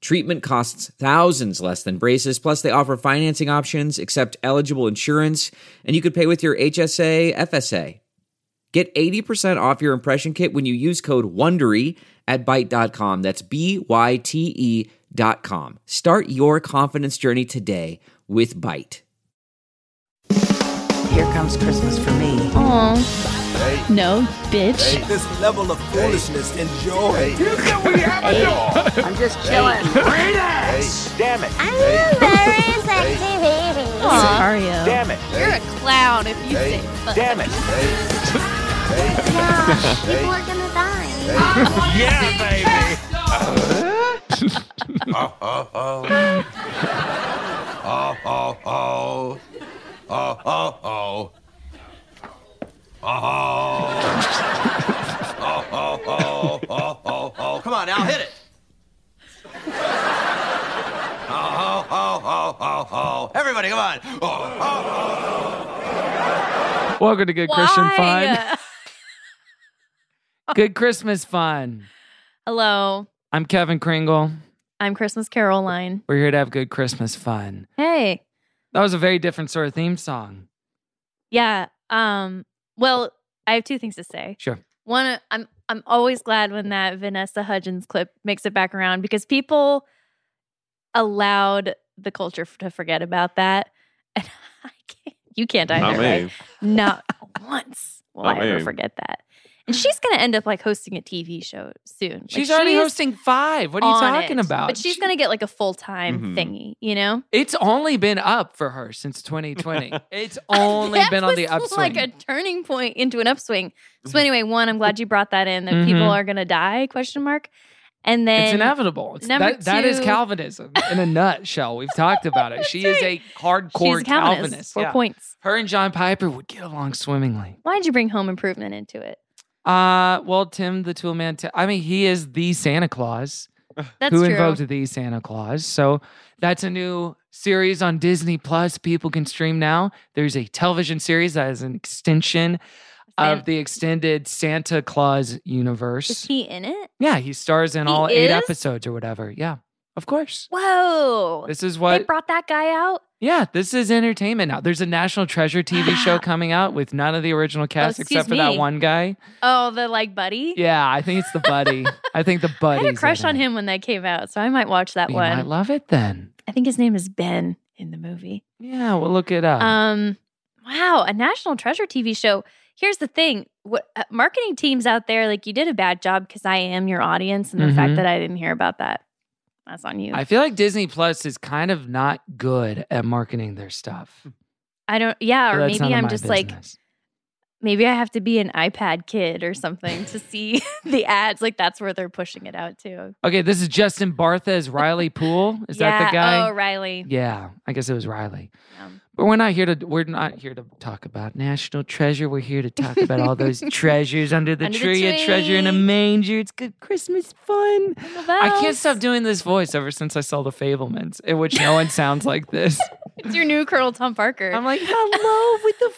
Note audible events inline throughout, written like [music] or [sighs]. Treatment costs thousands less than braces, plus, they offer financing options, accept eligible insurance, and you could pay with your HSA, FSA. Get 80% off your impression kit when you use code WONDERY at Byte.com. That's B-Y-T-E E dot com. Start your confidence journey today with Byte. Here comes Christmas for me. No, bitch. This level of foolishness, enjoy. [laughs] I'm just chilling. Damn it. I'm a very sexy baby. Mario. Damn it. You're a clown if you say fuck. Damn it. Yeah, people are gonna die. Oh, come on now, hit it. Oh, oh, oh, oh, oh. Everybody, come on. Oh, oh. Welcome to Good Christian Fun. Why? Good Christmas Fun. [laughs] Hello, I'm Kevin Kringle. I'm Christmas Caroline. We're here to have good Christmas fun. Hey, That was a very different sort of theme song. yeah. Um. Well, I have two things to say. Sure. One, I'm I'm always glad when that Vanessa Hudgens clip makes it back around because people allowed the culture f- to forget about that, [laughs] and I can't. You can't either, right? Not [laughs] once will Not I ever me. forget that. And she's going to end up like hosting a TV show soon. Like, She's already hosting five. What are you on talking it. about? But she's going to get like a full time Mhm. thingy, you know? [laughs] It's only been up for her since 2020. it's only That been on the was upswing. [laughs] Like a turning point into an upswing. So anyway, one, I'm glad you brought that in that people Mhm. are going to die? Question mark. And then it's inevitable. It's, number that, that is two- Calvinism [laughs] in a nutshell. We've talked about it. That's She is a right. hardcore she's a Calvinist. Four Yeah. points. Her and John Piper would get along swimmingly. Why did you bring home improvement into it? Uh, well, Tim the Tool Man. Ti- I mean, he is the Santa Claus That's who true. invoked the Santa Claus. So that's a new series on Disney Plus. People can stream now. There's a television series that is an extension Fan- of the extended Santa Claus is universe. he in it? yeah, he stars in He all eight is? episodes or whatever. Yeah, of course. Whoa. This is they what. brought that guy out. yeah, this is entertainment now. There's a National [gasps] Treasure TV show Wow. coming out with none of the original cast Oh, excuse except for that me. one guy. Oh, the like buddy. Yeah, I think it's the buddy. I think the [laughs] buddy. I had a crush on him when that came out, so I might watch that You one. might love it then. I think his name is Ben in the movie. Yeah, we'll look it up. Um, wow, a national treasure TV show. Here's the thing: what uh, marketing teams out there, like you did a bad job because I am your audience, and the fact Mhm. that I didn't hear about that, that's on you. I I, feel like Disney Plus is kind of not good at marketing their stuff. don't. Yeah, But Hmm. or that's none maybe of I'm my just like business. maybe I have to be an iPad kid or something to see [laughs] the ads. Like that's where they're pushing it out to. Okay, this is Justin Barthes, [laughs] Riley Poole. Is yeah. that the guy? Oh, Riley. Yeah, I guess it was Riley. Um, But we're not here to we're not here to talk about national treasure. We're here to talk about all [laughs] those treasures under the Under the tree, a treasure in a tree. manger. It's good Christmas fun. I can't Bells. stop doing this voice ever since I saw The Fablemans, in which no one sounds like [laughs] this. [laughs] It's your new Colonel Tom Parker. I'm like, hello [laughs] with the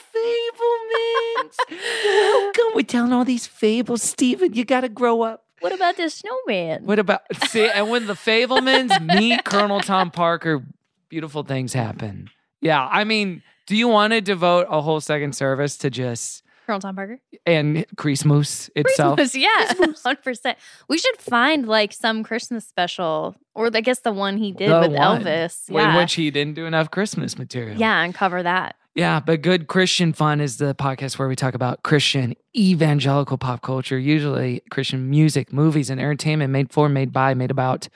Fablemans. Welcome. We're telling all these fables, Steven. You got to grow up. what about this snowman? What about see? And when the Fablemans meet Colonel Tom Parker, beautiful things happen. Yeah, I mean, do you want to devote a whole second service to just Colonel Tom Parker? and Christmas itself? Christmas, [laughs] yeah, hundred percent. We should find like some Christmas special, or I guess the one he did The with one Elvis. When- Yeah, which he didn't do enough Christmas material. yeah, and cover that. Yeah, but Good Christian Fun is the podcast where we talk about Christian evangelical pop culture, usually Christian music, movies, and entertainment made for, made by, made about,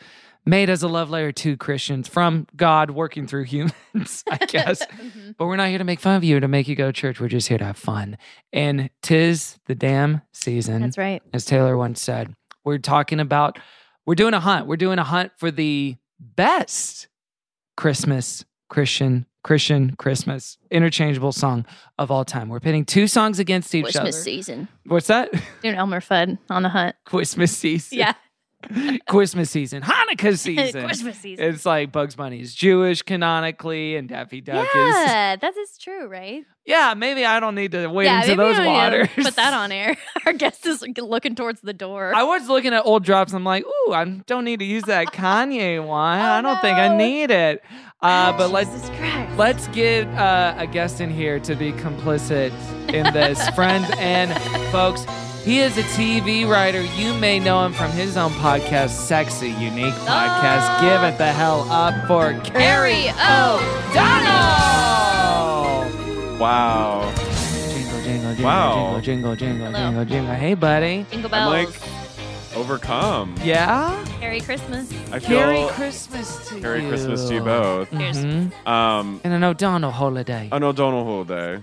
made as a love letter to Christians from God working through [laughs] humans, I guess. Mhm. but we're not here to make fun of you, or to make you go to church. We're just here to have fun. And tis the damn season That's right. as Taylor once said. We're talking about, we're doing a hunt. We're doing a hunt for the best Christmas Christian, Christian, Christmas, interchangeable song of all time. We're pitting two songs against each Christmas other. season. What's that? [laughs] Doing Elmer Fudd on the hunt. Christmas season. Yeah. [laughs] [laughs] Christmas season. Hanukkah season. Christmas season. It's like Bugs Bunny is Jewish canonically, and Daffy Duck is. yeah, that is true, right? Yeah, maybe I don't need to wade yeah, into maybe we those don't need to waters. Put that on air. [laughs] Our guest is like, looking towards the door. I was looking at old drops. I'm like, ooh, I don't need to use [laughs] that Kanye one. I don't think I no. need it. Uh, but let's Jesus Christ. let's get uh, a guest in here to be complicit in [laughs] this, friends and folks. He is a TV writer. You may know him from his own podcast, Sexy Unique Podcast. Oh. Give it the hell up for Carrie Harry oh. O. O'Donnell. Wow. Jingle, jingle, jingle, Wow. jingle, jingle, jingle, Hello. jingle, jingle. Hey, buddy. Jingle I'm bells. like overcome. Yeah. Merry Christmas. I feel Merry Christmas to Merry you. Christmas to you both. Here's- Mhm. Um, And an O'Donnell holiday. an O'Donnell day.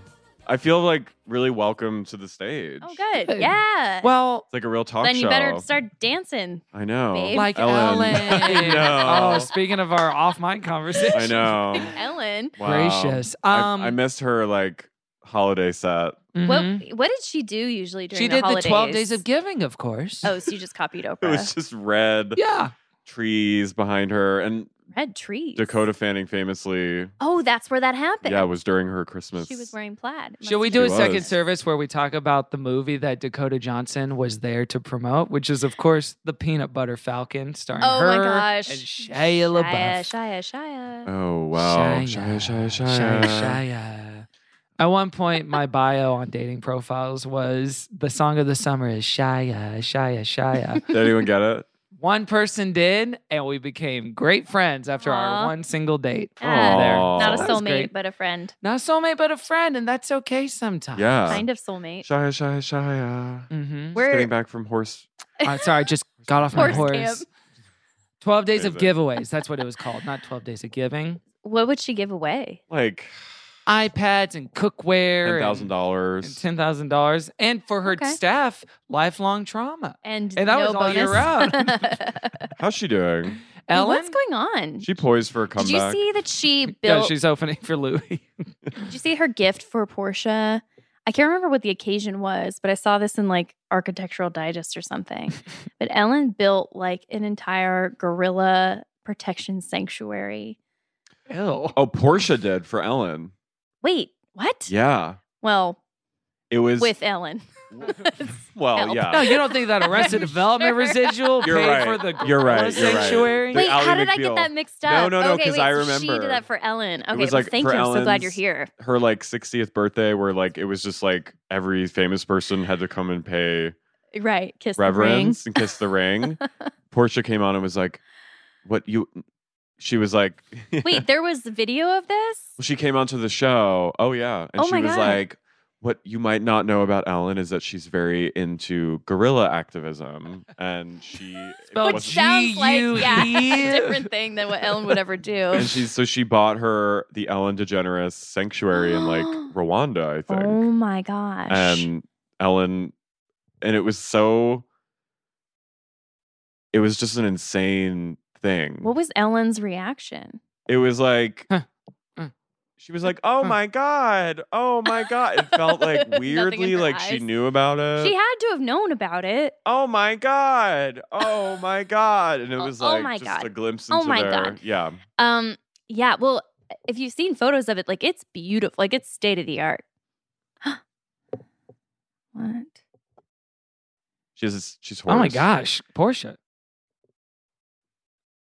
I feel like really welcome to the stage. Oh, It's good. Good. Yeah. well, like a real talk then show. you better start dancing. I know. babe. like Ellen. [laughs] Ellen. I know. Oh, speaking of our off mic conversation. Oh, I know. [laughs] Ellen. Wow. Gracious. I- Um, I, missed her like holiday set. mhm. What what did she do usually during She the did the holidays? 12 days of giving, of course. Oh, so you just copied [laughs] It Oprah. was just red yeah. trees behind her, and Red trees. Dakota Fanning famously, Oh, that's where that happened. yeah, it was during her Christmas. She was wearing plaid. It Should we must do a She second was. service where we talk about the movie that Dakota Johnson was there to promote, which is, of course, The Peanut Butter Falcon, starring Oh her my gosh. and Shia LaBeouf. Shia, Shia, Shia. Oh wow! Shia, Shia, Shia, Shia. At one point, my bio on dating profiles was the song of the summer is Shia, [laughs] Shia, Shia. Did anyone get it? [laughs] one person did, and we became great friends after Aw. our one single date. Ah, there. Aw. Not a That was soulmate, great. but a friend. Not a soulmate, but a friend, and that's okay sometimes. Yeah. Kind of soulmate. Shia, Shia, Shia. [laughs] Mm-hmm. Uh, Just We're Getting back from horse. sorry, I just got off my Horse camp. horse. 12 days of Amazing. giveaways. That's what it was called, not 12 days of giving. what would she give away? Like iPads and cookware. ten and- thousand dollars. and $10,000. And for her Okay. staff, lifelong trauma. And, And that no was all year bonus. round. [laughs] How's she doing? Ellen? [laughs] What's going on? She poised for a did you comeback. see that she yeah, built she's opening for Louis. [laughs] Did you see her gift for Portia? I can't remember what the occasion was, but I saw this in like Architectural Digest [laughs] or something. but Ellen built like an entire gorilla protection sanctuary. Ew. Oh, Portia did for Ellen. Wait, what? Yeah, Well, it was with Ellen. [laughs] Well, help. yeah. No, you don't think that Arrested [laughs] I'm Development sure. residual You're paid right. for the You're right. gorilla You're right. sanctuary? The [laughs] wait, how Ally did I McBeal. get that mixed No, up? no, no, Okay, 'cause wait, I so She remember. did that for Ellen. Okay, was, well, like, thank you. for I'm so glad you're Ellen's- here. Her like 60th birthday, where like it was just like every famous person had to come and pay Right. Kiss the ring. reverence and kiss the [laughs] ring. Portia came on and was like, "What you?" She was like, [laughs] Wait, there was video of this? Well, she came onto the show. Oh yeah, and Oh, she my was God. like, "What you might not know about Ellen is that she's very into guerrilla activism, and she Which Spelled wasn't- G- sounds like yeah, [laughs] G-U-E. a different thing than what Ellen would ever do. and she so she bought her the Ellen DeGeneres sanctuary in [gasps] like Rwanda, I think, Oh my gosh. and Ellen, and it was so, it was just an insane thing. What was Ellen's reaction? It was like Huh. Mm. she was like, "Oh Huh. my god, oh my god." It felt like [laughs] Nothing in weirdly her like she eyes. knew about Uh, it. She had to have known about it. oh my god, oh [laughs] my god, and it Oh- was oh like my just God. a glimpse into Oh my their God. yeah. Um, yeah, well, if you've seen photos of it, like it's beautiful, like it's state of the art. [gasps] what? She's this- she's horse. Oh my gosh, Portia.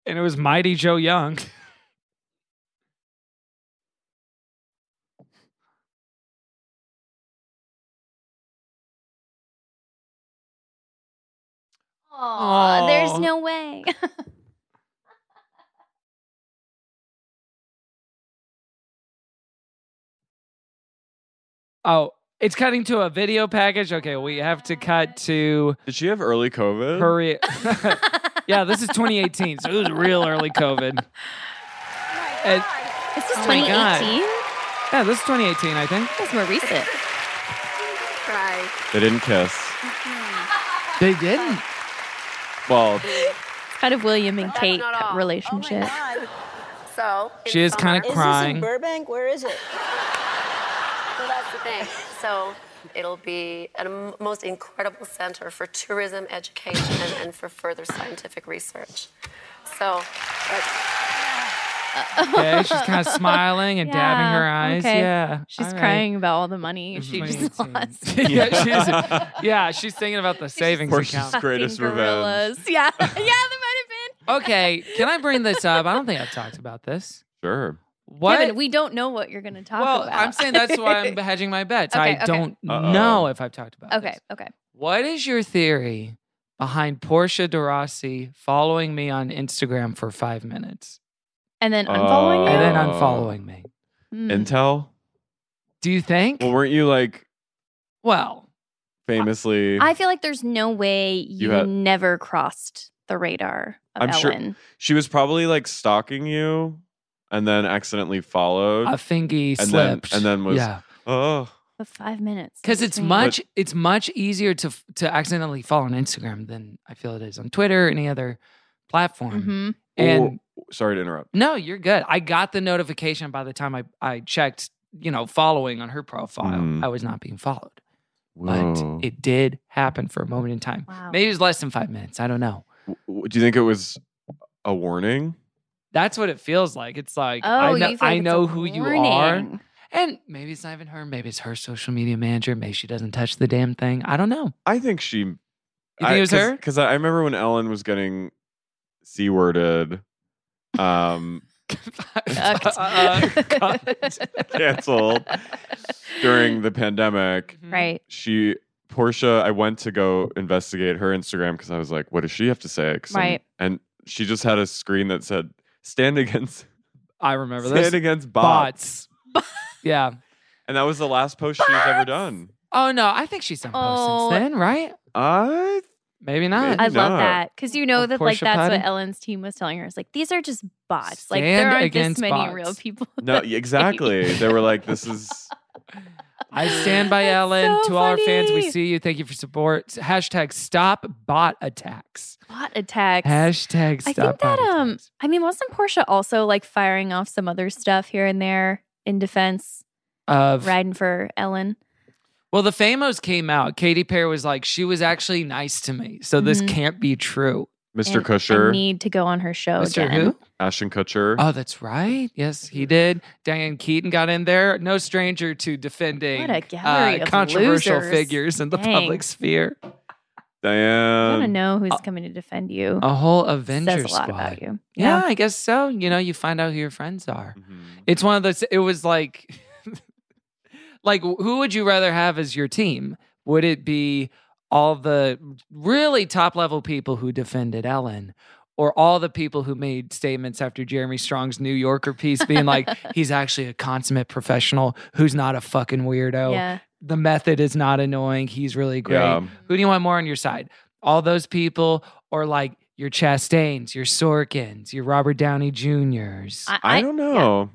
And it was Mighty Joe Young. Aw, Aw. there's no way. [laughs] Oh, it's cutting to a video package. Okay, we have to cut to Did she have early COVID? hurry. [laughs] [laughs] yeah, this is 2018, so it was real early COVID. Oh And- This is Oh my God. 2018. yeah, this is 2018, I think. That's more recent. They didn't kiss. They didn't. Well, [laughs] [laughs] Oh Kind of William and Kate relationship. So um, She is kind of crying. Burbank? Where is it? well, that's the thing. So it'll be a m- most incredible center for tourism, education, and for further scientific research. So Okay, she's [laughs] kind of smiling and dabbing her eyes. okay. Yeah, She's all right. [laughs] crying about all the money she just 2018. [laughs] lost. [laughs] yeah, she's yeah, she's thinking about the savings Poor she's- account. Greatest Fucking revenge. gorillas. Yeah, [laughs] yeah, that might have been. Okay, can I bring this up? I [laughs] don't think I've talked about this. Sure. What? Kevin, we don't know what you're going to talk well, about. I'm saying that's why [laughs] I'm hedging my bets. Okay, I okay. don't Uh-oh. know if I've talked about. okay, this. okay. What is your theory behind Portia de Rossi following me on Instagram for five minutes And then unfollowing Uh, and then Oh. unfollowing me? you. Hmm. Intel? Do you think? Well, weren't you like Well, famously? I feel like there's no way you, You had- never crossed the radar of I'm sure- Ellen. she was probably like stalking you and then accidentally followed. a fingy then- slipped, and then was- yeah. oh. The five minutes. Because it's between. much it's much easier to f- to accidentally follow on Instagram than I feel it is on Twitter or any other platform. Mhm. And Or- sorry to interrupt. no, you're good. I got the notification by the time I I checked, you know, following on her profile. Mm. I was not being followed, Whoa. but it did happen for a moment in time. Wow. Maybe it was less than five minutes. I don't know. W- w- Do you think it was a warning? That's what it feels like. It's like Oh, I know, you feel like I it's a know who you are, warning. Mm-hmm. and maybe it's not even her. Maybe it's her social media manager. Maybe she doesn't touch the damn thing. I don't know. I think she. You think it was her? Because I I remember when Ellen was getting c worded, [laughs] um, canceled during the Mm-hmm. pandemic. Right. She Portia, I went to go investigate her Instagram because I was like, what does she have to say? 'Cause I'm- Right. and she just had a screen that said stand against I remember stand this. against bots. bots. yeah. And that was the last post she's ever done. [laughs] Oh no, I think she's done Oh. posts since then, right? I Maybe not. I Maybe love not. that because you know Of that like course you're that's potty. what Ellen's team was telling her. It's like these are just bots. like there Stand aren't this against many bots. real people. [laughs] no that- exactly. they were like, this [laughs] is I stand by [gasps] That's Ellen. so to all our fans, we funny. see you. Thank you for support. Hashtag stop bot attacks. bot attacks. Hashtag I stop think that bot um attacks. I mean wasn't Portia also like firing off some other stuff here and there in defense of riding for Ellen? well, the famos came out. Katy Perry was like, she was actually nice to me, so this Mhm. can't be true. Mr. And I Kutcher, need to go on her show Mr. Oh, again. Who? Ashton Kutcher. Oh, that's right. Yes, he did. Diane Keaton got in there. No stranger to defending uh, What a gallery of controversial losers. figures in the Dang. public sphere. I want to Diane. know who's coming to defend you. uh, A whole Says Avenger a lot squad. about you. Yeah, I guess so. You know, you find out who your friends are. Mhm. It's one of those. It was like, [laughs] like who would you rather have as your team? Would it be all the really top level people who defended Ellen? Or all the people who made statements after Jeremy Strong's New Yorker piece [laughs] being like, he's actually a consummate professional who's not a fucking weirdo. Yeah. The method is not annoying. He's really great. Yeah. Who do you want more on your side? All those people, or like your Chastains, your Sorkins, your Robert Downey Juniors? I, I I, don't know.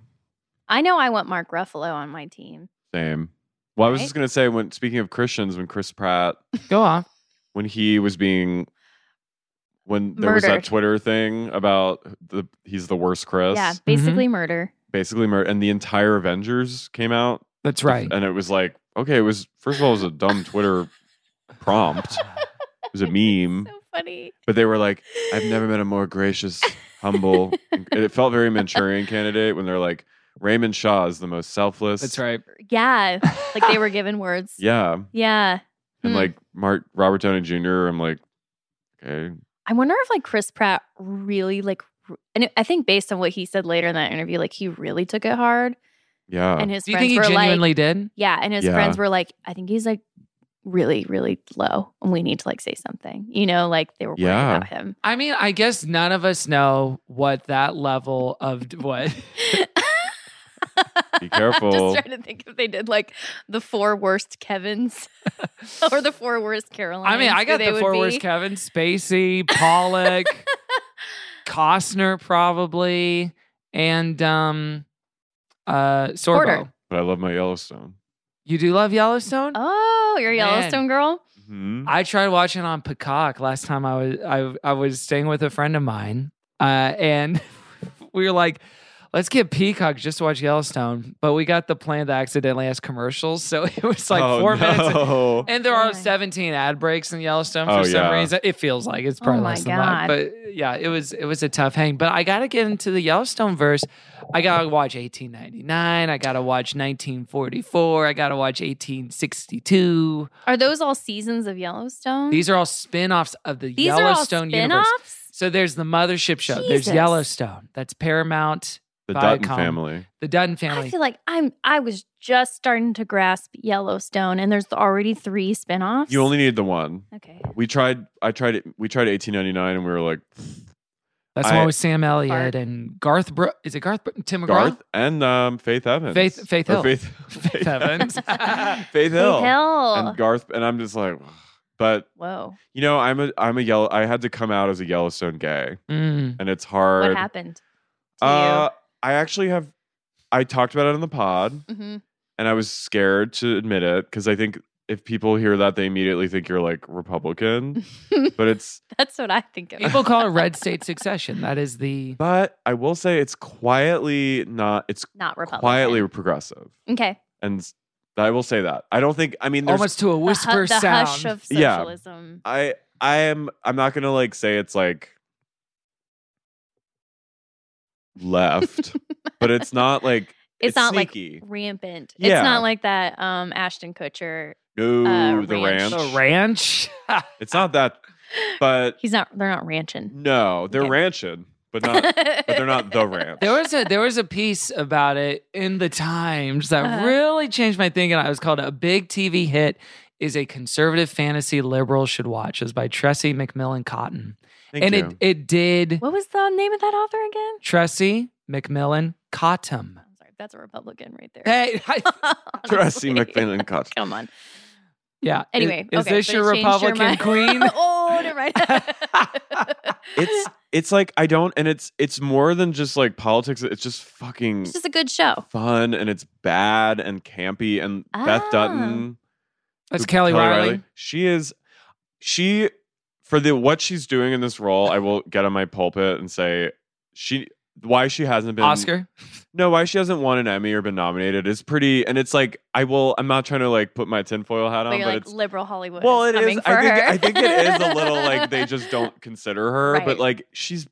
I know I want Mark Ruffalo on my team. Same. Well, I was Right? just gonna say when speaking of Christians, when Chris Pratt, Go on. when he was being, when there was Murdered. that Twitter thing about the he's the worst Chris, Yeah, Mm-hmm. basically murder. basically mur- and the entire Avengers came out, That's right. and it was like, okay, it was first of all, it was a dumb Twitter prompt, it [laughs] was a meme, So funny. but they were like, I've never met a more gracious, humble. and it felt very Manchurian Candidate when they're like, Raymond Shaw is the most selfless. That's right. [laughs] Yeah, like they [laughs] were given words. Yeah. Yeah. And Hmm. like Mark Robert Downey Jr., I'm like, okay, I wonder if like Chris Pratt really like r- and I think based on what he said later in that interview like he really took it hard yeah. and his Do you friends think he were genuinely like did? yeah and his Yeah. friends were like I think he's like really really low and we need to like say something. You know like they were worried Yeah. about him. I mean, I guess none of us know what that level of d- what. Be careful. I'm just trying to think if they did like the four worst Kevins [laughs] [laughs] or the four worst Carolines. I mean, I who got they the would four be. worst Kevin Spacey, [laughs] Pollock, Costner, probably, and um, uh, Sorbo. Porter. but I love my Yellowstone. You do love Yellowstone? Oh, you're a Man. Yellowstone girl. hmm I tried watching on Peacock last time I was I I was staying with a friend of mine, uh, and [laughs] we were like, let's get Peacock just to watch Yellowstone. But we got the plan that accidentally has commercials. So [laughs] it was like four four minutes. and- Oh, [laughs] no. And there are Really? 17 ad breaks in Yellowstone for Oh, some yeah. reason. It feels like it's probably Oh, my less than God. that. But yeah, it was it was a tough hang. But I gotta get into the Yellowstone verse. I gotta watch 1899. I gotta watch 1944. I gotta watch 1862. Are those all seasons of Yellowstone? These are all spin-offs of the Mm-hmm. These Yellowstone are all universe. spin-offs? So there's the mothership show. There's Jesus. Yellowstone. That's Paramount. The Dutton Viacom. family. The Dutton I family. feel like I'm I was just starting to grasp Yellowstone and there's already 3 spin-offs. You only need the one. Okay. We tried. I tried. it. We tried 1899, and we were like That's the one I- with Sam Elliott and Garth. Bro- is it Garth? Bro- Tim McGraw. Garth and um, Faith Evans. Faith- Faith Or Hill. Faith, Faith [laughs] [laughs] Evans. Faith Hill. Faith Hill. And Garth. And I'm just like, [sighs] but Whoa. you know, I'm a I'm a yellow. I had to come out as a Yellowstone gay, Mm. and it's hard. What happened? to you? Uh, I actually have. I talked about it on the pod, Mhm. and I was scared to admit it because I think if people hear that, they immediately think you're like [laughs] Republican. but it's. [laughs] That's what I think of. People call it red state succession. That is the But I will say it's quietly not. It's not Republican. quietly progressive, Okay. and s- I will say that. I don't think. I mean, there's. almost to a The hu- whisper the sound. hush of Yeah. socialism. I I am I'm not gonna like say it's like [laughs] left, but it's not like It's, it's not sneaky. like rampant. Yeah. It's not like that um Ashton Kutcher. no uh, the ranch. ranch. the ranch. [laughs] It's not that, but He's not they're not ranching. no, they're Okay. ranching, [laughs] but not but but they're not [laughs] the ranch. there was a there was a piece about it in the Times that Uh-huh. really changed my thinking. It was called "A Big TV Hit Is a Conservative Fantasy Liberals Should Watch." It was by Tressie McMillan Cotton, Thank and you. it it did What was the name of that author again? Tressie McMillan Cotton. I'm sorry, that's a Republican right there. Hey, I, Tracy [laughs] Honestly. McFarlane Cotton. Come on. [laughs] yeah. i- [laughs] Anyway, is, okay, this so your you changed Republican mind. [laughs] [laughs] queen? oh, [laughs] never mind. [laughs] It's it's like I don't and it's it's more than just like politics, it's just fucking it's just a good show. fun and it's bad and campy and Beth Ah. Dutton That's who- Kelly, Riley. She is she for the what she's doing in this role. I will get on my pulpit and say she why she hasn't been Oscar. No, why she hasn't won an Emmy or been nominated is pretty. And it's like I will. I'm not trying to like put my tinfoil hat But on, you're Um, but like it's liberal Hollywood. well, it is is. coming For I think her. I think it is a little [laughs] like they just don't consider her, but Right. like she's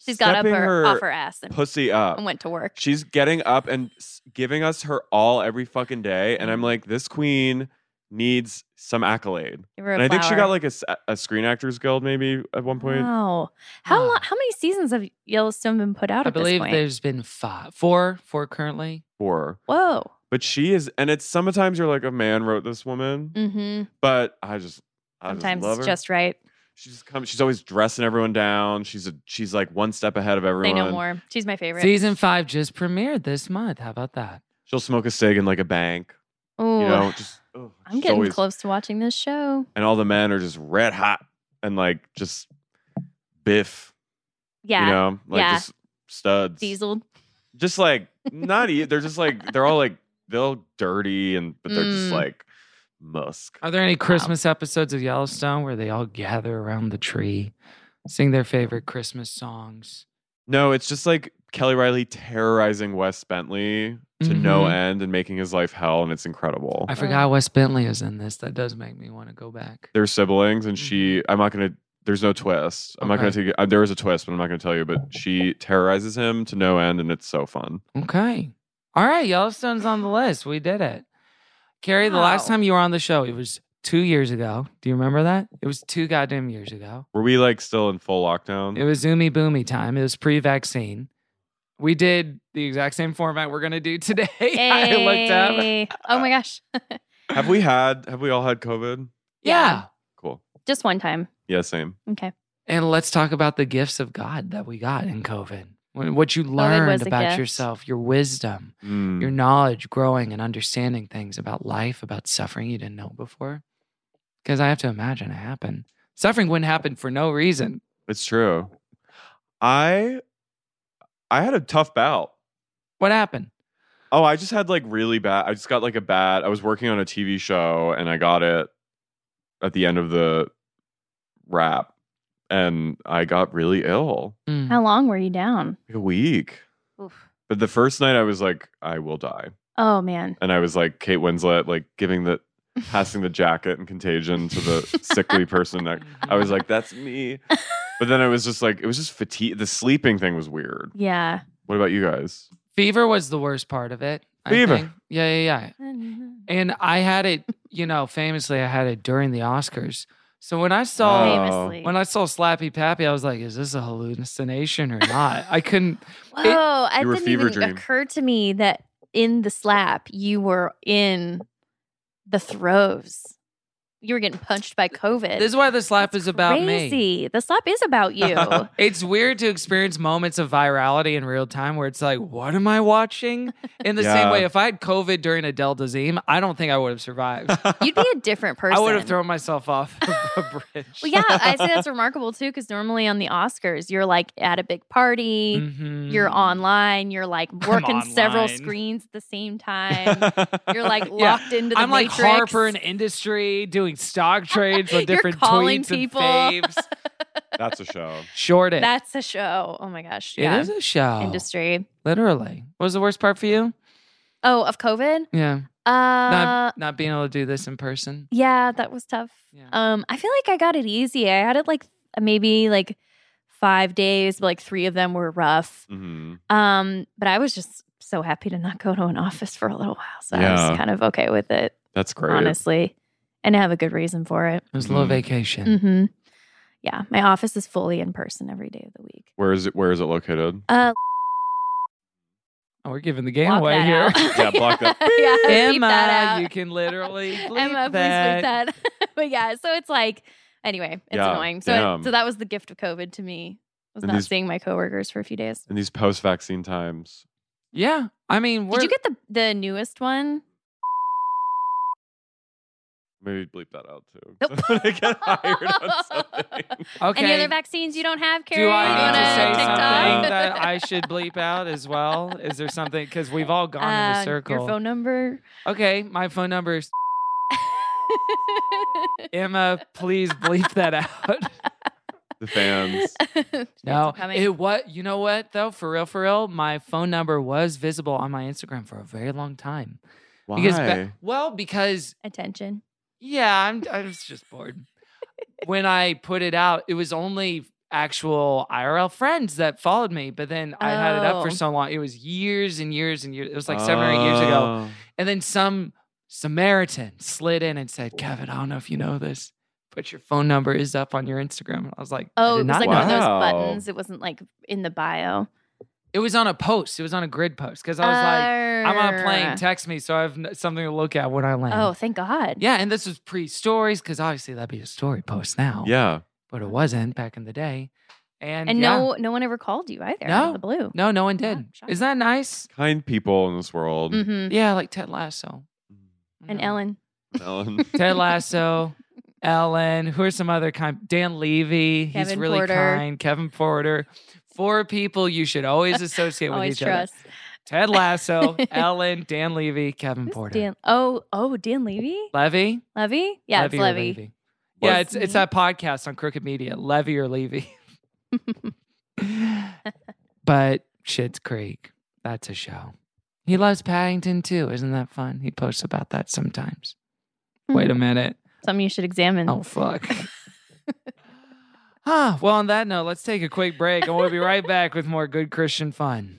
She's got up stepping her, her off her ass and, pussy up. and went to work. She's getting up and s- giving us her all every fucking day, and I'm Mm-hmm. like, this queen needs some accolade. Give her a And I think she flower. Ah. got like a, s- a Screen Actors Guild maybe at one point. Wow. How Huh. long, how many seasons have Yellowstone been put out I at this believe point? there's been five, four, four currently. Four. Whoa. But she is, and it's sometimes you're like, a man wrote this woman, Mm-hmm. but I just, I Sometimes just love it's her. just right. she just comes. She's always dressing everyone down. She's a, she's like one step ahead of everyone. Say no more. She's my favorite. Season five just premiered this month. How about that? She'll smoke a cig in like a bank. Ooh. You know, just ugh, [sighs] I'm she's getting always- close to watching this show. And all the men are just red hot and like just biff. Yeah. You know, like Yeah. just studs. [laughs] Diesel. just like not e they're just like they're all like they're all dirty and but they're just Mm. like musk Are there any Christmas episodes of Yellowstone where they all gather around the tree, sing their favorite Christmas songs? no it's just like kelly riley terrorizing wes bentley to no Mhm. Mm-hmm. end and making his life hell and it's incredible I forgot Wes Bentley is in this. That does make me want to go back. they're siblings and she i'm not gonna there's no twist i'm not gonna Mm-hmm. Okay. take uh, there is a twist but i'm not gonna tell you but she terrorizes him to no end and it's so fun Okay. All right. Yellowstone's on the list. We did it. Carrie, the last Wow. time you were on the show, it was two years ago. Do you remember that? It was two goddamn years ago. were we like still in full lockdown It was Zoomy Boomy time. It was pre vaccine. We did the exact same format we're going to do [laughs] today. I looked [laughs] up. Hey. Oh my gosh. [laughs] have we had have we all had covid Yeah. cool Just one time. yeah same Okay. And let's talk about the gifts of God that we got in COVID. Wh- What you was learned a about gift. yourself, your wisdom, Mm. your knowledge, growing and understanding things about life, about suffering you didn't know before. Because I have to imagine it happened. Suffering wouldn't happen for no reason. It's true. I I had a tough bout. What happened? Oh, I just had like really bad. I just got like a bad. I was working on a TV show and I got it at the end of the wrap and I got really ill. Hmm. Mm. How long were you down? Like a week. Oof. But the first night I was like, I will die. Oh man. And I was like Kate Winslet, like giving [laughs] the passing the jacket and contagion to the sickly person [laughs] next. I was like, that's me. But then I was just like, it was just fatigue. The sleeping thing was weird. Yeah. What about you guys? Fever was the worst part of it. I Fever. think. Yeah, yeah, yeah. And I had it, you know, famously, I had it during the Oscars. So when I saw Oh. Famously. when I saw Slappy Pappy, I was like, "Is this a hallucination or not?" I couldn't. Whoa, it You were didn't fever even dream. occur to me that in the slap you were in the throes. You were getting punched by COVID. This is why the slap That's is about me. crazy. The slap is about [laughs] you. It's weird to experience moments of virality in real time where it's like, "What am I watching?" In the same Yeah. way, if I had COVID during a Delta Zine, I don't think I would [laughs] have survived. You'd be a different person. I would have thrown myself off [laughs] a [laughs] bridge. Well, yeah, I say [laughs] that's remarkable too, because normally on the Oscars, you're like at a big party, you're Mhm. online, you're [laughs] like working several online. screens at the same [laughs] time, you're like Yeah. locked into the I'm like matrix. Harper in industry doing stock [laughs] trades You're with different calling tweets people. [laughs] and faves. [laughs] That's a show. Short it. That's a show. Oh my gosh. it yeah. is Oh. a show. Industry. Literally. What was the worst part for you? Oh, of COVID? Yeah. Uh, not, not being able to do this in person. yeah, that was tough. Yeah. Um, I feel like I got it easy. I had it like maybe like five days, but like three of them were rough. Mhm. Um, but I was just so happy to not go to an office for a little while. So I Yeah. was kind of okay with it, That's great. honestly. And I have a good reason for it. It was a little Mm. vacation. hmm Yeah. My office is fully in person every day of the week. Where is it? Where is it located? Uh, Oh, we're giving the game block away that here. [laughs] out. [laughs] [laughs] Yeah, block that. yeah, Emma, beep that out. you can literally [laughs] bleep Emma, that. please bleep that. [laughs] but yeah, so it's like anyway, it's Yeah, annoying. So damn. so that was the gift of COVID to me. Was And not these- seeing my coworkers for a few days. In these post-vaccine times. Yeah, I mean, we're, Did you get the the newest one? Maybe bleep that out too. [laughs] when I get hired on [laughs] something. okay. Any other vaccines you don't have, Carrie? Do I you need wanna to say tick something [laughs] tock? that I should bleep out as well? Is there something? Because we've all gone in Uh, a circle. Your phone number. Okay, my phone number is Emma. Please bleep that out. [laughs] The [laughs] [laughs] fans. No, coming. it what you know what though? For real, for real, my phone number was visible on my Instagram for a very long time. Why? Because ba- well, because attention. yeah, I'm I was just bored. when I put it out, it was only actual IRL friends that followed me. But then I had it up for Oh. so long; it was years and years and years. It was like seven or eight years ago. Oh. And then some Samaritan slid in and said, Kevin, I don't know if you know this, but your phone number is up on your Instagram. And I was like, I Oh, did it was not like know one of those Wow. buttons. It wasn't like in the bio. that." It was on a post. It was on a grid post because I was like, I'm on a plane. Text me so I have n- something to look at when I land. Oh, thank God. yeah. And this was pre stories because obviously that'd be a story post now. Oh. Yeah. But it wasn't back in the day. And, And yeah. no no one ever called you either out No. of the blue. no, no one did. Yeah, shock. Isn't that nice? Kind people in this world. Mm-hmm. Yeah, like Ted Lasso. And Mhm. Ellen. [laughs] Ellen. [laughs] Ted Lasso, Ellen. Who are some other kind? Dan Levy. he's Kevin really Porter. kind. Kevin Porter. Four people you should always associate with Always each other. trust. [laughs] Ted Lasso, Ellen, Dan Levy, Kevin Who's Porter. Dan, oh, oh, Dan Levy? Levy? Levy? Yeah, Levy it's or Levy. Yeah, What? it's it's that podcast on Crooked Media, Levy or Levy. [laughs] but Shit's Creek, that's a show. He loves Paddington too. Isn't that fun? He posts about that sometimes. Wait a minute. Something you should examine. Oh fuck. [laughs] huh. Well, on that note, let's take a quick break and we'll be right back with more good Christian fun.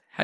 E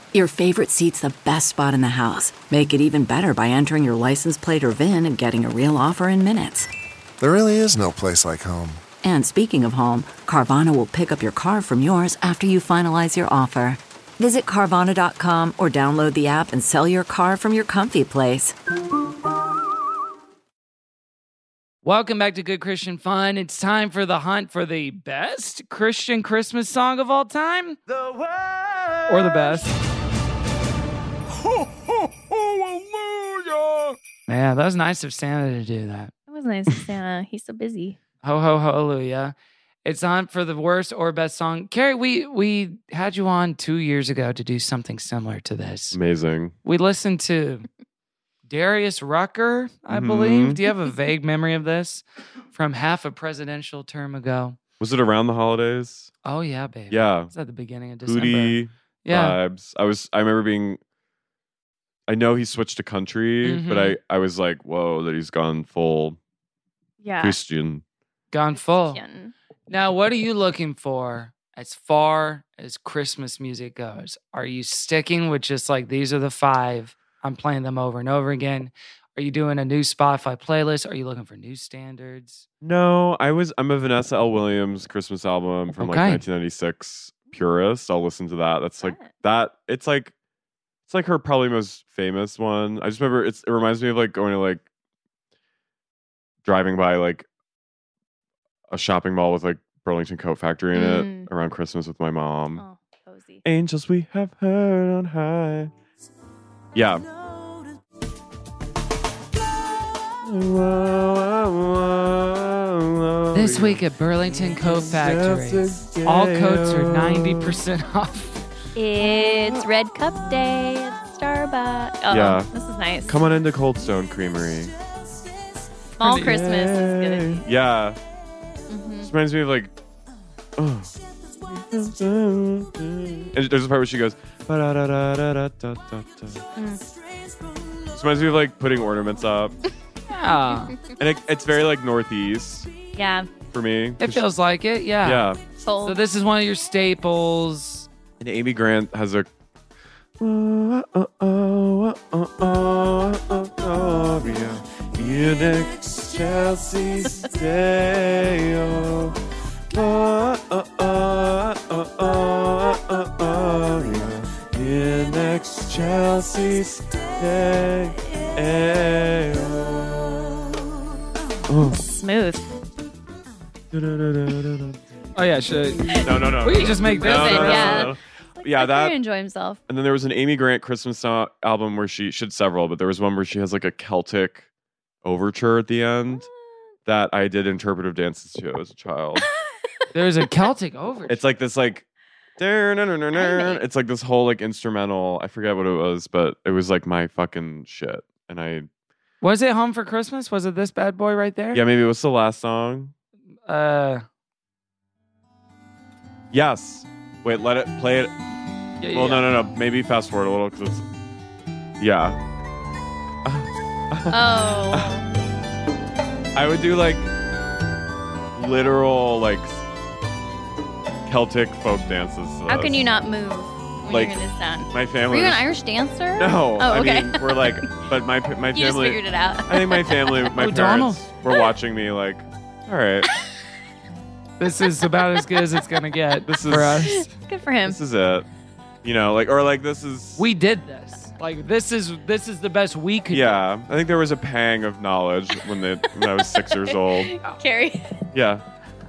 Your favorite seat's the best spot in the house. Make it even better by entering your license plate or VIN and getting a real offer in minutes. There really is no place like home. And speaking of home, Carvana will pick up your car from yours after you finalize your offer. Visit Carvana.com or download the app and sell your car from your comfy place. Welcome back to Good Christian Fun. It's time for the hunt for the best Christian Christmas song of all time. The worst. Or the best. Yeah, that was nice of Santa to do that. It was nice, Santa. He's so busy. Ho ho hallelujah. It's on for the worst or best song. Carrie, we we had you on two years ago to do something similar to this. Amazing. We listened to Darius Rucker, I Mhm. believe. Do you have a vague memory of this from half a presidential term ago? Was it around the holidays? Oh yeah, baby. Yeah. It's at the beginning of December. Hootie Yeah. vibes. I was I remember being I know he switched to country, but I Mhm. I was like, whoa, that he's gone full Yeah. Christian. Gone full. Christian. Now, what are you looking for as far as Christmas music goes? Are you sticking with just like these are the five? I'm playing them over and over again. Are you doing a new Spotify playlist? Are you looking for new standards? No, I was I'm a Vanessa L. Williams Christmas album from Okay. like 1996 purist. I'll listen to that. That's like that. It's like it's like her probably most famous one. I just remember it's it reminds me of like going to like driving by like a shopping mall with like Burlington Coat Factory in it around Christmas with my mom. Oh, Angels we have heard on high. Yeah. This week at Burlington Coat Factory, all coats are 90% [laughs] off. It's Red Cup Day at Starbucks. Oh, yeah. this is nice. Come on into Cold Stone Creamery. Small Christmas is good. Yeah. Mm-hmm. Just reminds me of like. Oh. Mm-hmm. And there's a part where she goes. "Ba-da-da-da-da-da-da-da-da." Mm. Just reminds me of like putting ornaments up. Yeah. And it, it's very like Northeast Yeah. for me. It feels like it. Yeah. Yeah. So, this is one of your staples. And Amy Grant has a Munich, Chelsea, stay. Oh, oh, oh, oh, oh, oh, oh, oh, yeah. Munich, Chelsea, stay. Oh. Smooth. Oh yeah, should No, no, no. We could just make this No, no, no, no, Yeah. no. Yeah, that He enjoy himself. and then there was an Amy Grant Christmas so- album where she she had several, but there was one where she has like a Celtic overture at the end that I did interpretive dances to as a child. There's a Celtic over. it's like this like it's like this whole like instrumental. I forget what it was, but it was like my fucking shit. And I Was it Home for Christmas? Was it this bad boy right there? yeah, maybe it was the last song. Uh, Yes. Wait, let it play it. yeah, well, no, no, no. Maybe fast forward a little because it's yeah. Oh. I would do like literal like Celtic folk dances. to How this. can you not move when Like, you're in this sound? My Were family. you an was- Irish dancer? [laughs] No. Oh, okay. I mean, we're [laughs] like, but my pa- my family. you just figured it out. [laughs] I think my family, my O'Donnell. parents were watching me like, all [laughs] right, this is about as good as it's gonna get. [laughs] This for is- us. Good for him. this is it. You know, like or like this is We did this. Like this is this is the best we could. [laughs] Yeah, I think there was a pang of knowledge when, they, when I was six years [laughs] old. Carrie. Yeah.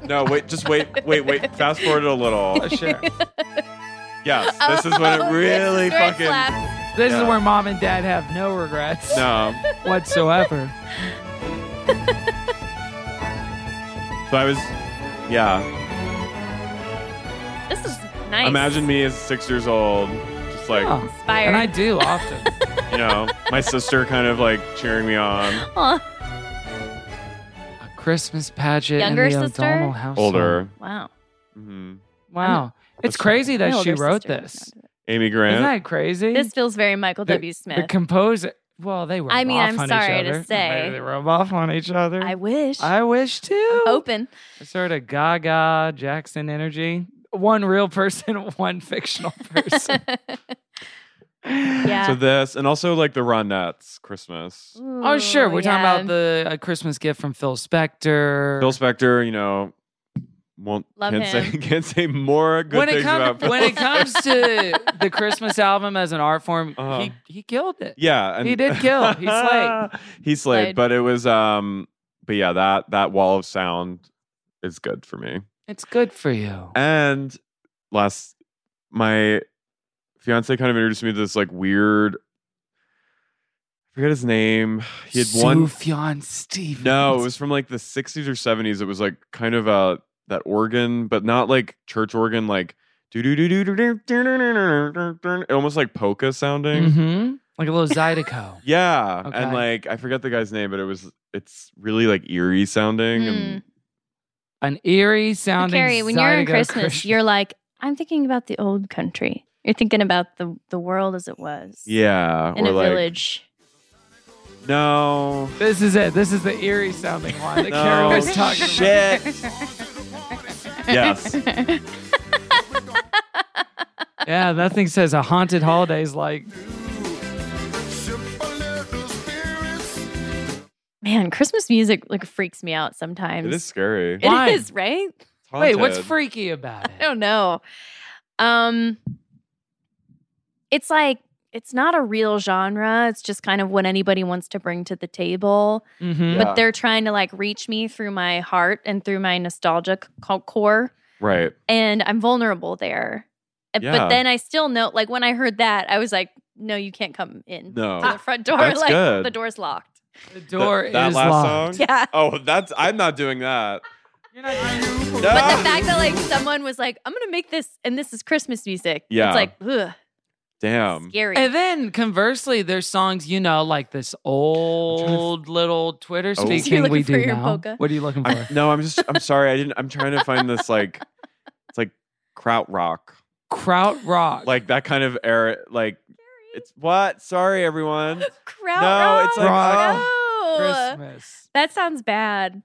No, wait, just wait, wait, wait. Fast forward a little. Oh, sure. [laughs] Yes, this is when it Oh, really this is where it fucking. slaps. This is Yeah. where mom and dad have no regrets. No. Whatsoever. So I was, yeah. This is nice. Imagine me as six years old, just like, Oh. Inspired. And I [laughs] do often. you know, my sister kind of like cheering me on. Aw, Christmas pageant. Younger in the sister? O'Donnell household. Older. wow. hmm Wow. It's crazy that she wrote this. Amy Isn't Grant. that crazy? This feels very Michael The- W. The Smith. composer. Well, they were. I mean, off I'm on sorry each to other. say. Maybe they rub off on each other. I Oh, wish. I wish too. [laughs] Open. A sort of Gaga Jackson energy. One real person, [laughs] one fictional [laughs] person. Yeah. So this, and also like the Ronettes Christmas. oh, sure. We're talking yeah. about the a Christmas gift from Phil Spector. Bill Spector, you know, won't Love can't say him. can't say more good when it things comes about Phil when it comes Spector. to the Christmas album as an art form, Uh-huh. he he killed it. [laughs] yeah, He did kill. He slayed. [laughs] he slayed, Slayed. but it was um, but yeah, that that wall of sound is good for me. It's good for you. And last, my fiance kind of introduced me to this like weird. I forget his name. He had one. Sufjan Stevens. No, it was from like the 60s or 70s. It was like kind of uh that organ, but not like church organ, like do do do do do do do do do almost like polka sounding. hmm like a [laughs] little Zydeco. Yeah, Okay. and like I forget the guy's name, but it was it's really like eerie sounding. Hmm. And An eerie sounding. Carrie, when you're in Zydeco Christmas, Christian- you're like, I'm thinking about the old country. You're thinking about the the world as it was yeah, in or a like village. no, This is it. This is the eerie sounding one that No, Carrie was talking shit. [laughs] [laughs] Yes. about. Yeah, nothing says a haunted holidays like Man, Christmas music like freaks me out sometimes. it is scary. It Why? is, right? It's Wait, what's haunted. freaky about [laughs] I it? don't know. Um it's like it's not a real genre. It's just kind of what anybody wants to bring to the table. Mm-hmm. Yeah. But they're trying to like reach me through my heart and through my nostalgic co- core. right? And I'm vulnerable there. Uh, Yeah. But then I still know, like when I heard that, I was like, no, you can't come in No. to the front door. That's [laughs] like good. the door's locked. The door is that, that last locked. song. Yeah. Oh, that's I'm not doing that. You're not- No. But the fact that like someone was like, I'm gonna make this and this is Christmas music. Yeah. Um, It's like, ugh, Damn. scary. And then conversely, there's songs you know, like this old little Twitter Oh. speak You're thing we looking for do your now. polka. What are you looking I'm, for? no, I'm just. I'm sorry. I didn't. I'm trying to find this like, it's like kraut rock, Kraut rock. like that kind of era. Like, it's what? Sorry, everyone. Kraut No, it's rock? like Rock. oh, No. Christmas. That sounds bad.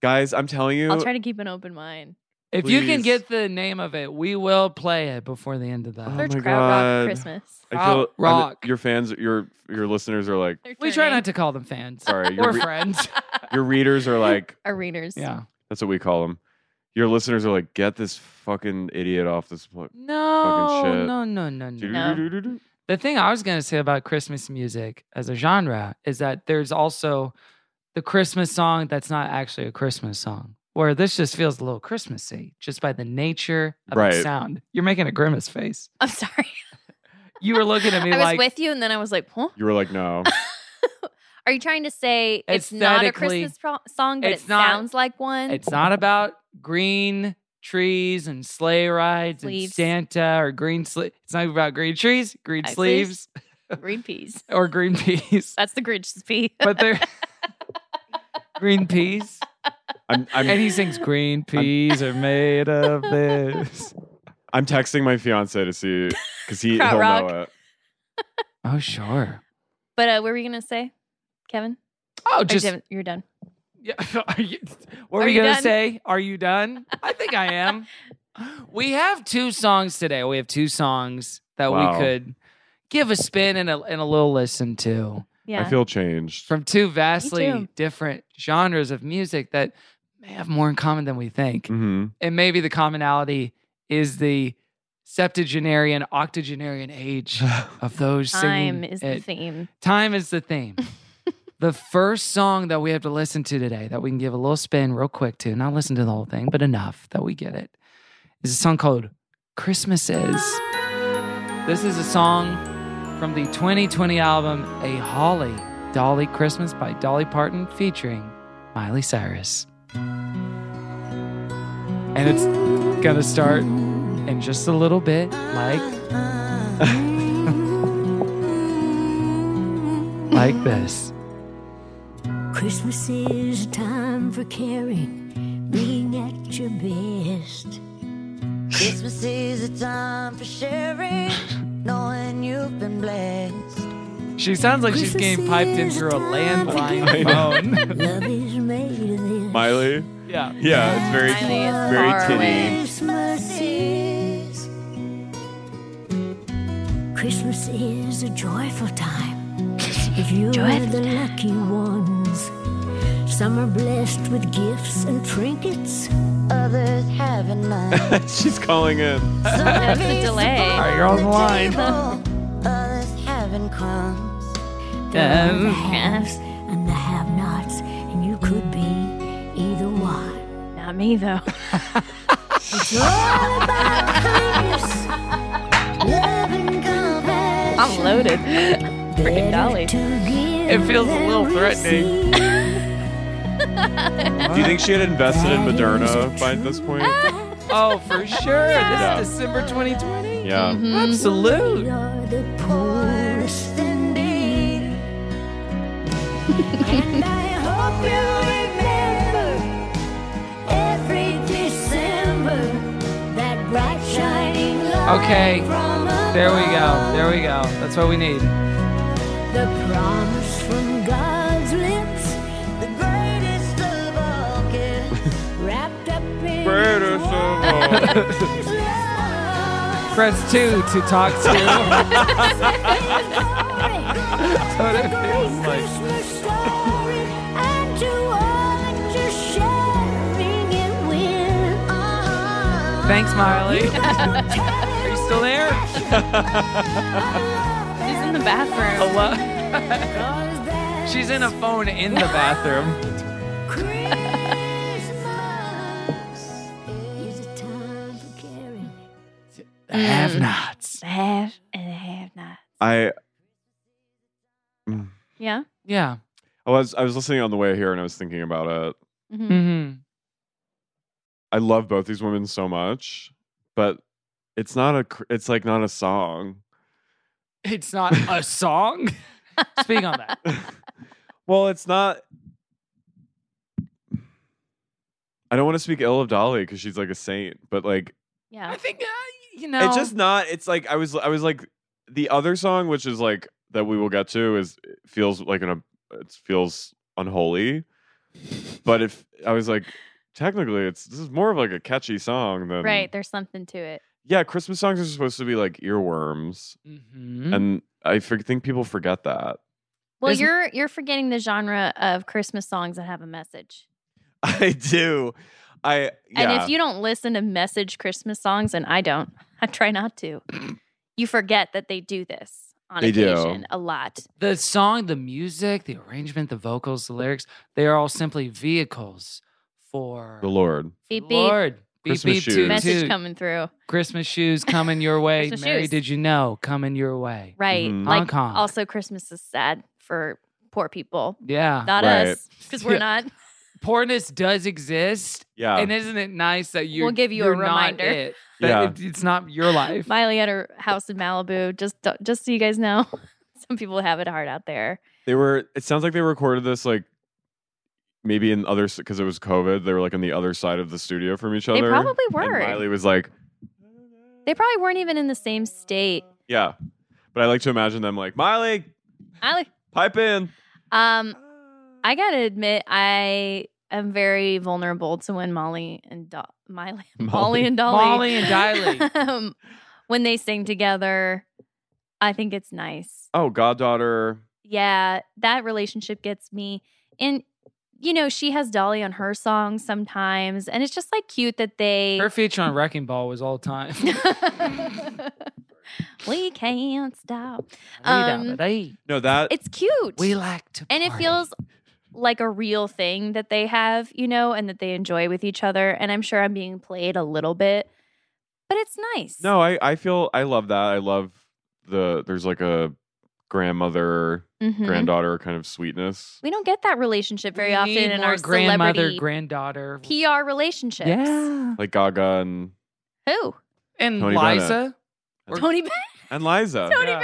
guys. I'm telling you. I'll try to keep an open mind. If you can Please. get the name of it, we will play it before the end of Oh that. Search my Crowd Rock God. Christmas. I feel Kraut I'm- rock. your fans, your your listeners are like, We try not to call them fans sorry, your or re- [laughs] friends. [laughs] your readers are like, Our readers. Yeah. that's what we call them. Your listeners are like, get this fucking idiot off this. pl- No, shit. no, no, no, no. [laughs] No. The thing I was going to say about Christmas music as a genre is that there's also the Christmas song that's not actually a Christmas song, where this just feels a little Christmassy just by the nature of the Right. sound. You're making a grimace face. I'm sorry. You were looking at [laughs] me I was like, with you and then I was like, huh? [laughs] You were like, no. Are you trying to say it's not a Aesthetically, Christmas pro- song, but it's it not- sounds like one? it's not about green trees and sleigh rides Sleeves. and Santa or green sleeves. It's not about green trees, green Uh, sleeves, sleeves. [laughs] Green peas. or green [laughs] peas. That's the Grinch's pea. [laughs] But they're green peas. I'm I'm And he [laughs] sings green peas are made of this. I'm texting my fiance to see because [laughs] he Kraut he'll rock. know it. Oh sure. But uh, what were you gonna say, Kevin? Oh Or just Jim- you're done. [laughs] yeah. [laughs] Are you, what were Are you you gonna done? say? Are you done? I think I [laughs] am. we have two songs today. We have two songs that Wow. we could give a spin and a and a little listen to Yeah. I feel changed. from two vastly too. different genres of music that Mm. may have more in common than we think. Mm-hmm. And maybe the commonality is the septuagenarian, octogenarian [sighs] age of those Time singing is the it. theme. Time is the theme. the first song that we have to listen to today that we can give a little spin real quick to, not listen to the whole thing, but enough that we get it, is a song called Christmases. This is a song from the 2020 album A Holly Dolly Christmas by Dolly Parton featuring Miley Cyrus. And it's gonna start in just a little bit like like this. Christmas is a time for caring, being at your best. Christmas is a time for sharing, knowing you've been blessed. She sounds like she's getting piped in through a I know. landline phone. [laughs] Is made of this. Miley. Yeah. Yeah, it's very Miley is very far tinny. away. Christmas is. Christmas is a joyful time. If you're the lucky ones, some are blessed with gifts and trinkets, others haven't none. [laughs] She's calling in. [laughs] That's [laughs] the delay. All right, you're on the line. Others haven't crumbs. There are the Um, haves and the have-nots, and you could be either one. Not me though. It's all about kindness, love and compassion. I'm loaded. Freaking Dolly. it feels a little threatening. Do you think she had invested in Moderna by this [laughs] point? Oh, for sure. Yeah. This is December 2020. Yeah. Mm-hmm. Absolute. You're the poorest indeed. [laughs] and I hope you remember every December that bright shining light Okay. from above. There we go. There we go. That's what we need. The promise from God's lips, the greatest of all [laughs] gifts, wrapped up in Greatest of all. [laughs] warmest love. Press two to [laughs] talk to. That's what it feels Christmas story, and to all that you're sharing it with. Uh-huh. Thanks, Miley. Are you still there? She's in the bathroom. Hello. 'Cause that's She's in a phone in the bathroom. Christmas is a time for caring. The have nots. The have and the have not. I Yeah. Yeah. I was I was listening on the way here and I was thinking about it. hmm hmm I love both these women so much, but it's not a cr- it's like not a song. It's not a song. Speak on that. Well, it's not. I don't want to speak ill of Dolly because she's like a saint, but like Yeah. I think, uh, you know. it's just not. It's like I was. I was like the other song, which is like that we will get to, is it feels like an it feels unholy. But if I was like, technically, it's this is more of like a catchy song than Right. There's something to it. Yeah, Christmas songs are supposed to be like earworms, Mhm. Mm-hmm. and I for- think people forget that. [laughs] Well, There's- you're you're forgetting the genre of Christmas songs that have a message. I do. I yeah. And if you don't listen to message Christmas songs, and I don't, [laughs] I try not to, you forget that they do this on They do. occasion a lot. the song, the music, the arrangement, the vocals, the lyrics, they are all simply vehicles for the Lord. Beep beep. Lord. Beep, Christmas beep, shoes. toot, Message toot. coming through. Christmas shoes coming your way. Christmas Mary, shoes. did you know? Coming your way. Right. Mhm. Like Hong Kong. also Christmas is sad for poor people. Yeah. Not Ah, Right. us. Because [laughs] we're Yeah. not Porness does exist. Yeah, And isn't it nice that you We'll give you a reminder. [laughs] Yeah. it's not your life. [laughs] Miley at her house in Malibu. Just just so you guys know. [laughs] Some people have it hard out there. they were. It sounds like they recorded this like maybe in other because it was COVID. They were like on the other side of the studio from each other. They probably And were. Miley was like, They probably weren't even in the same state. yeah, but I like to imagine them like Miley, Miley pipe in. Um, I gotta admit, I am very vulnerable to when Molly and Do- Miley, Molly. [laughs] Molly. and Dolly, Molly and Diley. [laughs] um, when they sing together, I think it's nice. Oh, goddaughter. Yeah, that relationship gets me. And you know, she has Dolly on her songs sometimes, and it's just like cute that they Her feature on Wrecking Ball was all time. [laughs] [laughs] we can't stop. Um, No, that it's cute. We like to and it feels like a real thing that they have, you know, and that they enjoy with each other. And I'm sure I'm being played a little bit, but it's nice. No, I I feel I love that. I love the there's like a Mm-hmm. grandmother Mhm. granddaughter kind of sweetness. We don't get that relationship very often need in more our grandmother, celebrity granddaughter. PR relationships. Yeah. Like Gaga and Who? And Tony Bennett. Liza. Tony Bennett. and Liza. Tony Bennett.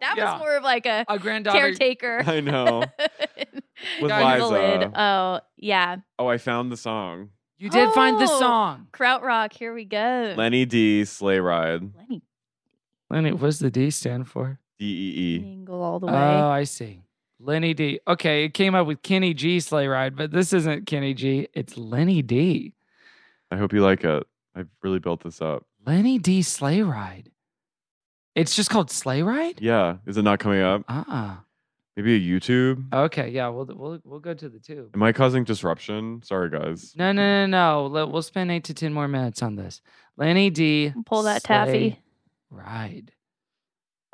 That Yeah. was more of like a, a granddaughter. caretaker. [laughs] I [laughs] know. With Under the Liza. lid. Oh, yeah. Oh, I found the song. You did find the Oh, song. Krautrock, here we go. Lenny D Sleigh Ride. Lenny, what's the D stand for? D E E. Jingle all the way. Oh, I see. Lenny D. Okay, it came up with Kenny G sleigh ride, but this isn't Kenny G. It's Lenny D. I hope you like it. I've really built this up. Lenny D sleigh ride. It's just called sleigh ride. Yeah. Is it not coming up? Uh-uh. Maybe a YouTube? Okay, yeah, we'll we'll we'll go to the tube. Am I causing disruption? Sorry, guys. No, no, no, no. Let- We'll spend eight to ten more minutes on this. Lenny D. Pull that sleigh taffy. Ride.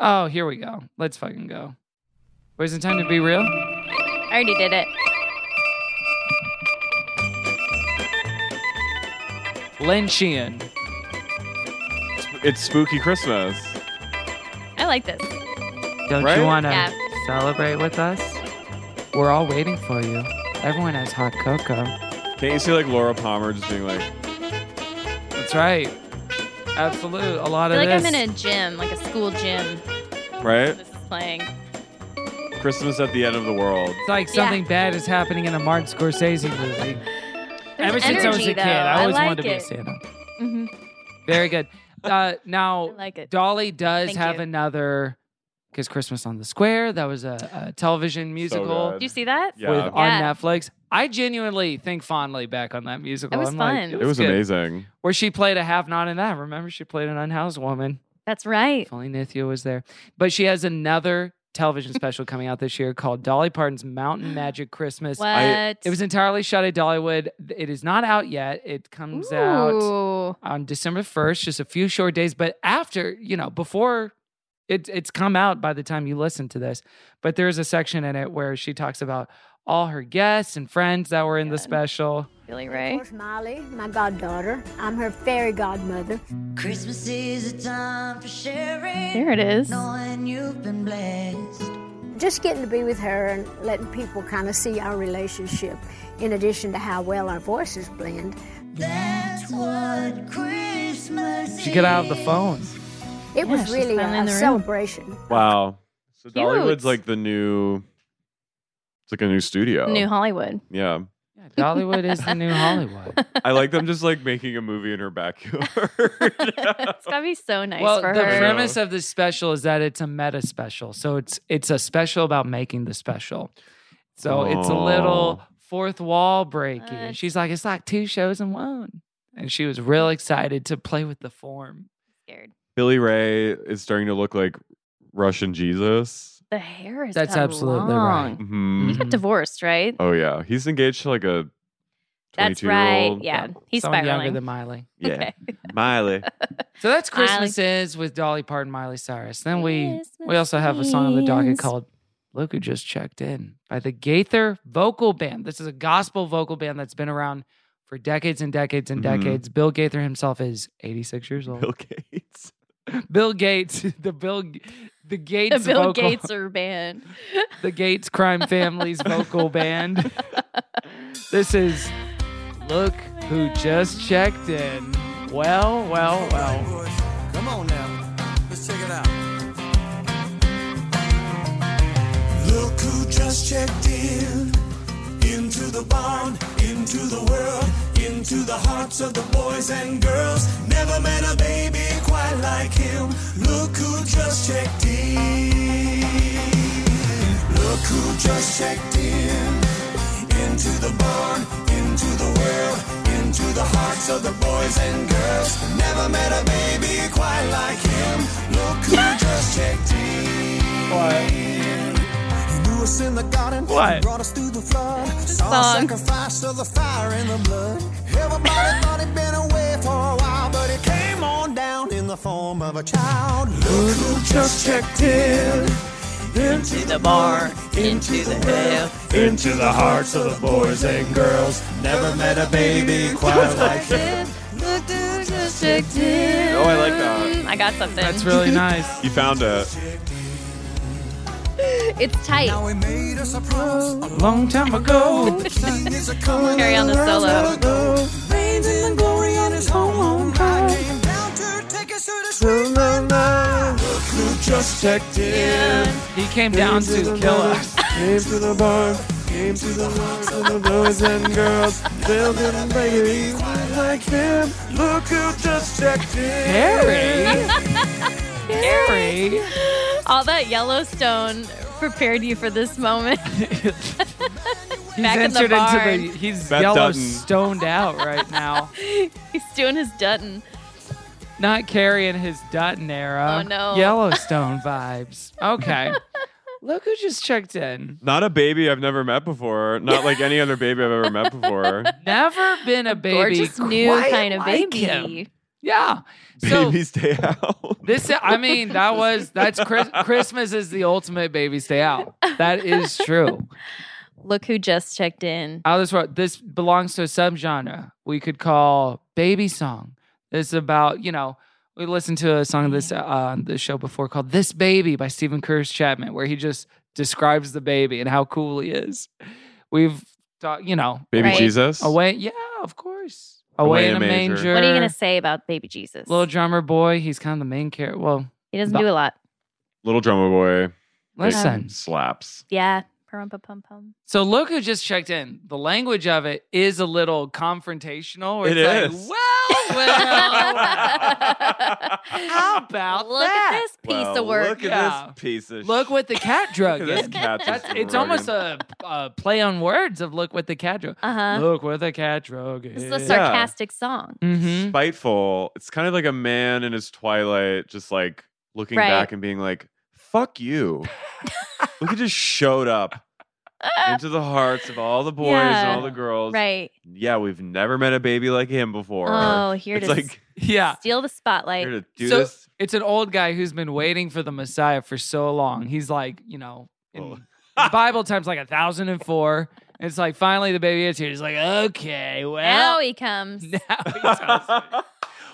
Oh, here we go. Let's fucking go. Wasn't it time to be real? I already did it. Lynn Sheehan. Sp- It's spooky Christmas. I like this. Don't Right? you want to Yeah. celebrate with us? We're all waiting for you. Everyone has hot cocoa. Can't you see like Laura Palmer just being like, That's right. Absolute. A I lot feel of like I'm this. in a gym, like a school gym right? playing. Christmas at the end of the world. it's like Yeah. something bad is happening in a Martin Scorsese movie. Ever There's since I was energy, a kid, though. I always like wanted to be a it. stand up. Mhm. [laughs] Very good. Uh, now, like it. Dolly does Thank have you. another, because Christmas on the Square, that was a, a television musical Did you see that? Yeah. with, on Yeah. Netflix. I genuinely think fondly back on that musical. It was I'm fun. Like, It It was good. amazing. Where she played a half not in that. Remember, she played an unhoused woman. That's right. If only Nithya was there. But she has another [laughs] television special coming out this year called Dolly Parton's Mountain Magic Christmas. What? I- It was entirely shot at Dollywood. It is not out yet. It comes out Ooh. on December 1st, just a few short days. But after, you know, before it, it's come out by the time you listen to this, but there's a section in it where she talks about all her guests and friends that were in the special. Billy Ray. course, Molly, my goddaughter. I'm her fairy godmother. Christmas is a time for sharing. There it is. Knowing you've been blessed. Just getting to be with her and letting people kind of see our relationship, in addition to how well our voices blend. That's what Christmas She got out of the phone. It Yeah, was she's really finally a, in the room. celebration. Wow. So Cute. Dollywood's like the new. It's like a new studio. New Hollywood. yeah. Yeah, Dollywood is the new Hollywood. I like them just like making a movie in her backyard. [laughs] It's gotta be [laughs] so nice well, for the her. prim- premise of this special is that it's a meta special, so it's it's a special about making the special. So it's a little Aw. fourth wall breaking. What? And she's like, it's like two shows in one, and she was real excited to play with the form. Scared. Billy Ray is starting to look like Russian Jesus. The hair is That's done absolutely right. Mm-hmm. long. hmm He got divorced, right? Oh yeah, he's engaged to like a. That's 22 right. -year-old. Yeah. He's Someone spiraling. younger than Miley. Yeah. [laughs] Okay. [laughs] Miley. So that's Miley. Christmas is with Dolly Parton, Miley Cyrus. Then we we also have a song on the Christmas docket is. called "Look Who Just Checked In" by the Gaither Vocal Band. This is a gospel vocal band that's been around for decades and decades and Mhm. decades. Bill Gaither himself is 86 years old. Bill Gates. [laughs] Bill Gates, [laughs] the Bill, the The Gates, Bill vocal, Gates or band. [laughs] the Gates crime family's [laughs] vocal band. This is look who just checked in. Well, well, well. Come on now, let's check it out. Look who just checked in. Into the barn, into the world, into the hearts of the boys and girls. Never met a baby quite like him. Look who just checked in. Look who just checked in. Into the barn, into the world, into the hearts of the boys and girls. Never met a baby quite like him. Look who just checked in. What? He knew us in the the garden. What? Brought us through the flood. Saw song. sacrifice of the fire and the blood. Everybody thought he'd been away for a while, but it came on down in the form of a child. Look who just checked in. Into the barn, into the hill, into the hearts of the boys and girls. Never met a baby quite like him. Oh, I like that. I got something. That's [laughs] really nice. You found it. it's tight. Long time ago. Carry on the solo. Reigns in the glory on his own Came down to take us to the sweet land. Look who just checked in. He came down to kill us. Came to the barn. Came to the hearts of the boys and girls. They'll get a baby quite like him. Look who just checked in. Harry? Harry? All that Yellowstone prepared you for this moment. [laughs] He's Back in the entered barn. into the. He's Beth yellow Dutton. stoned out right now. He's doing his Dutton. Not carrying his Dutton era. Oh, no. Yellowstone vibes. [laughs] Okay. Look who just checked in. Not a baby I've never met before. Not like any other baby I've ever met [laughs] before. Never been a baby. Gorgeous new quite kind of like baby. him. Yeah. [laughs] So Babies day out. this I mean that was that's Chris, Christmas is the ultimate baby stay out. That is true. Look who just checked in. Out of this world. This belongs to a subgenre we could call baby song. It's about you know we listened to a song this uh, on the show before called "This Baby" by Stephen Curtis Chapman, where he just describes the baby and how cool he is. We've talked, you know, Baby Right. Jesus. away. Yeah, of course. Away, in a manger. What are you gonna say about baby Jesus? Little drummer boy. He's kind of the main character. Well, he doesn't do a lot. Little drummer boy. listen. Slaps. Yeah. Pum pum pum pum. So look who just checked in. The language of it is a little confrontational. Where It it's is. Like, well, [laughs] well, [laughs] how about Look that? at this piece Well, of work. Look at Yeah. this piece of Look what the cat drug Look at this is. cat just That's, it's almost uh, a, a play on words of look what the cat drug. Uh huh. Look what the cat drug This is. is a sarcastic song. Mhm. spiteful. It's kind of like a man in his twilight, just like looking Right. back and being like, "Fuck you." Look, it just showed up into the hearts of all the boys and Yeah. all the girls. Right. Yeah, we've never met a baby like him before. Oh, here it's it is. like Yeah. Steal the spotlight. here to do so this. it's an old guy who's been waiting for the Messiah for so long. He's like, you know, in Oh. Bible times like a thousand and four. It's like finally the baby is here. He's like, okay, well, now he comes. [laughs] [laughs] now he does it.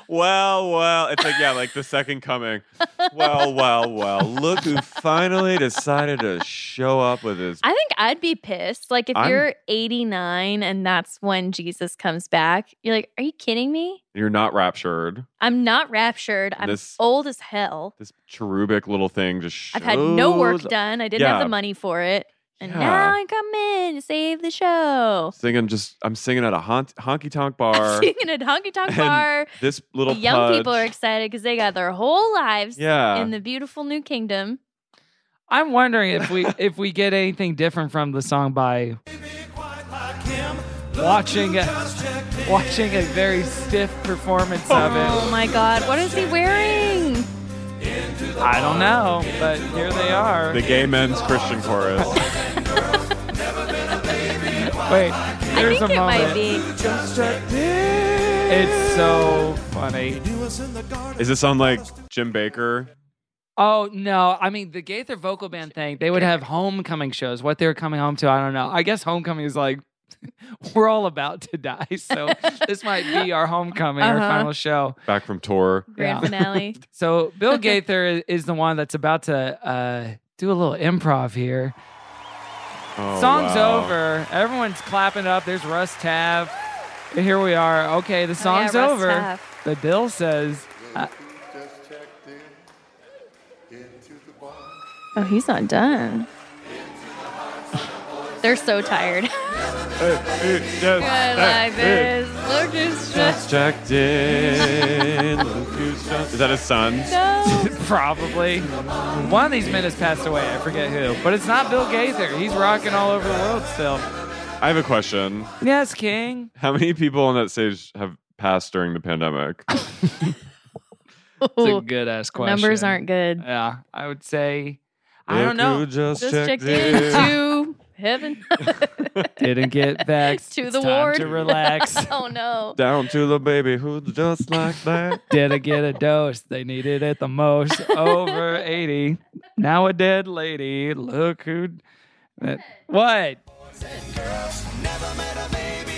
well, well, it's like yeah, like the second coming. Well, well, well. Look who finally decided to show up with his. I think I'd be pissed. Like if I'm- you're 89 and that's when Jesus comes back, you're like, are you kidding me? You're not raptured. I'm not raptured. I'm This- old as hell. This cherubic little thing just. Shows I've had no work done. I didn't have Yeah. the money for it. And Yeah. now I come in to save the show. [laughs] Singing just, I'm singing at a hon- honky tonk bar. Singing at honky tonk and bar. This little The young people are pudge- excited because they got their whole lives Yeah. in the beautiful new kingdom. I'm wondering if we if we get anything different from the song by watching a watching a very stiff performance of Oh it. my God. What is he wearing? I don't know, but here they are. the gay men's Christian [laughs] chorus. Wait, I there's think a it might moment. be. It's so funny. Is this on like Jim Baker? Oh no, I mean the Gaither vocal band thing. They would have homecoming shows. What they were coming home to, I don't know. I guess homecoming is like [laughs] we're all about to die, [laughs] so this might be our homecoming, our Uh-huh. final show. Back from tour. Grand Yeah. finale. So Bill Gaither i- is the one that's about to uh, do a little improv here. Oh, Song's wow. over. Everyone's clapping up. There's Russ Tav. And here we are. Okay, the song's Oh, Russ over. Taff. But Bill says, uh, Oh, he's not done. [laughs] They're so tired. [laughs] Good life is look Just [laughs] who's just checked in. Look who's just- Is that his son? no. probably. One of these men has passed away. I forget who. But it's not Bill Gaither. He's rocking all over the world still. I have a question. Yes, King. How many people on that stage have passed during the pandemic? It's a Ooh, [laughs] good ass question. Numbers aren't good. Yeah, I would say. I don't know. Just, Just checked checked in. in to heaven. [laughs] Didn't get back to It's the time ward. [laughs] To relax. oh no. [laughs] Down to the baby who's just like that. Didn't get a dose. They needed it the most. Over 80. Now a dead lady. Look who. uh, What?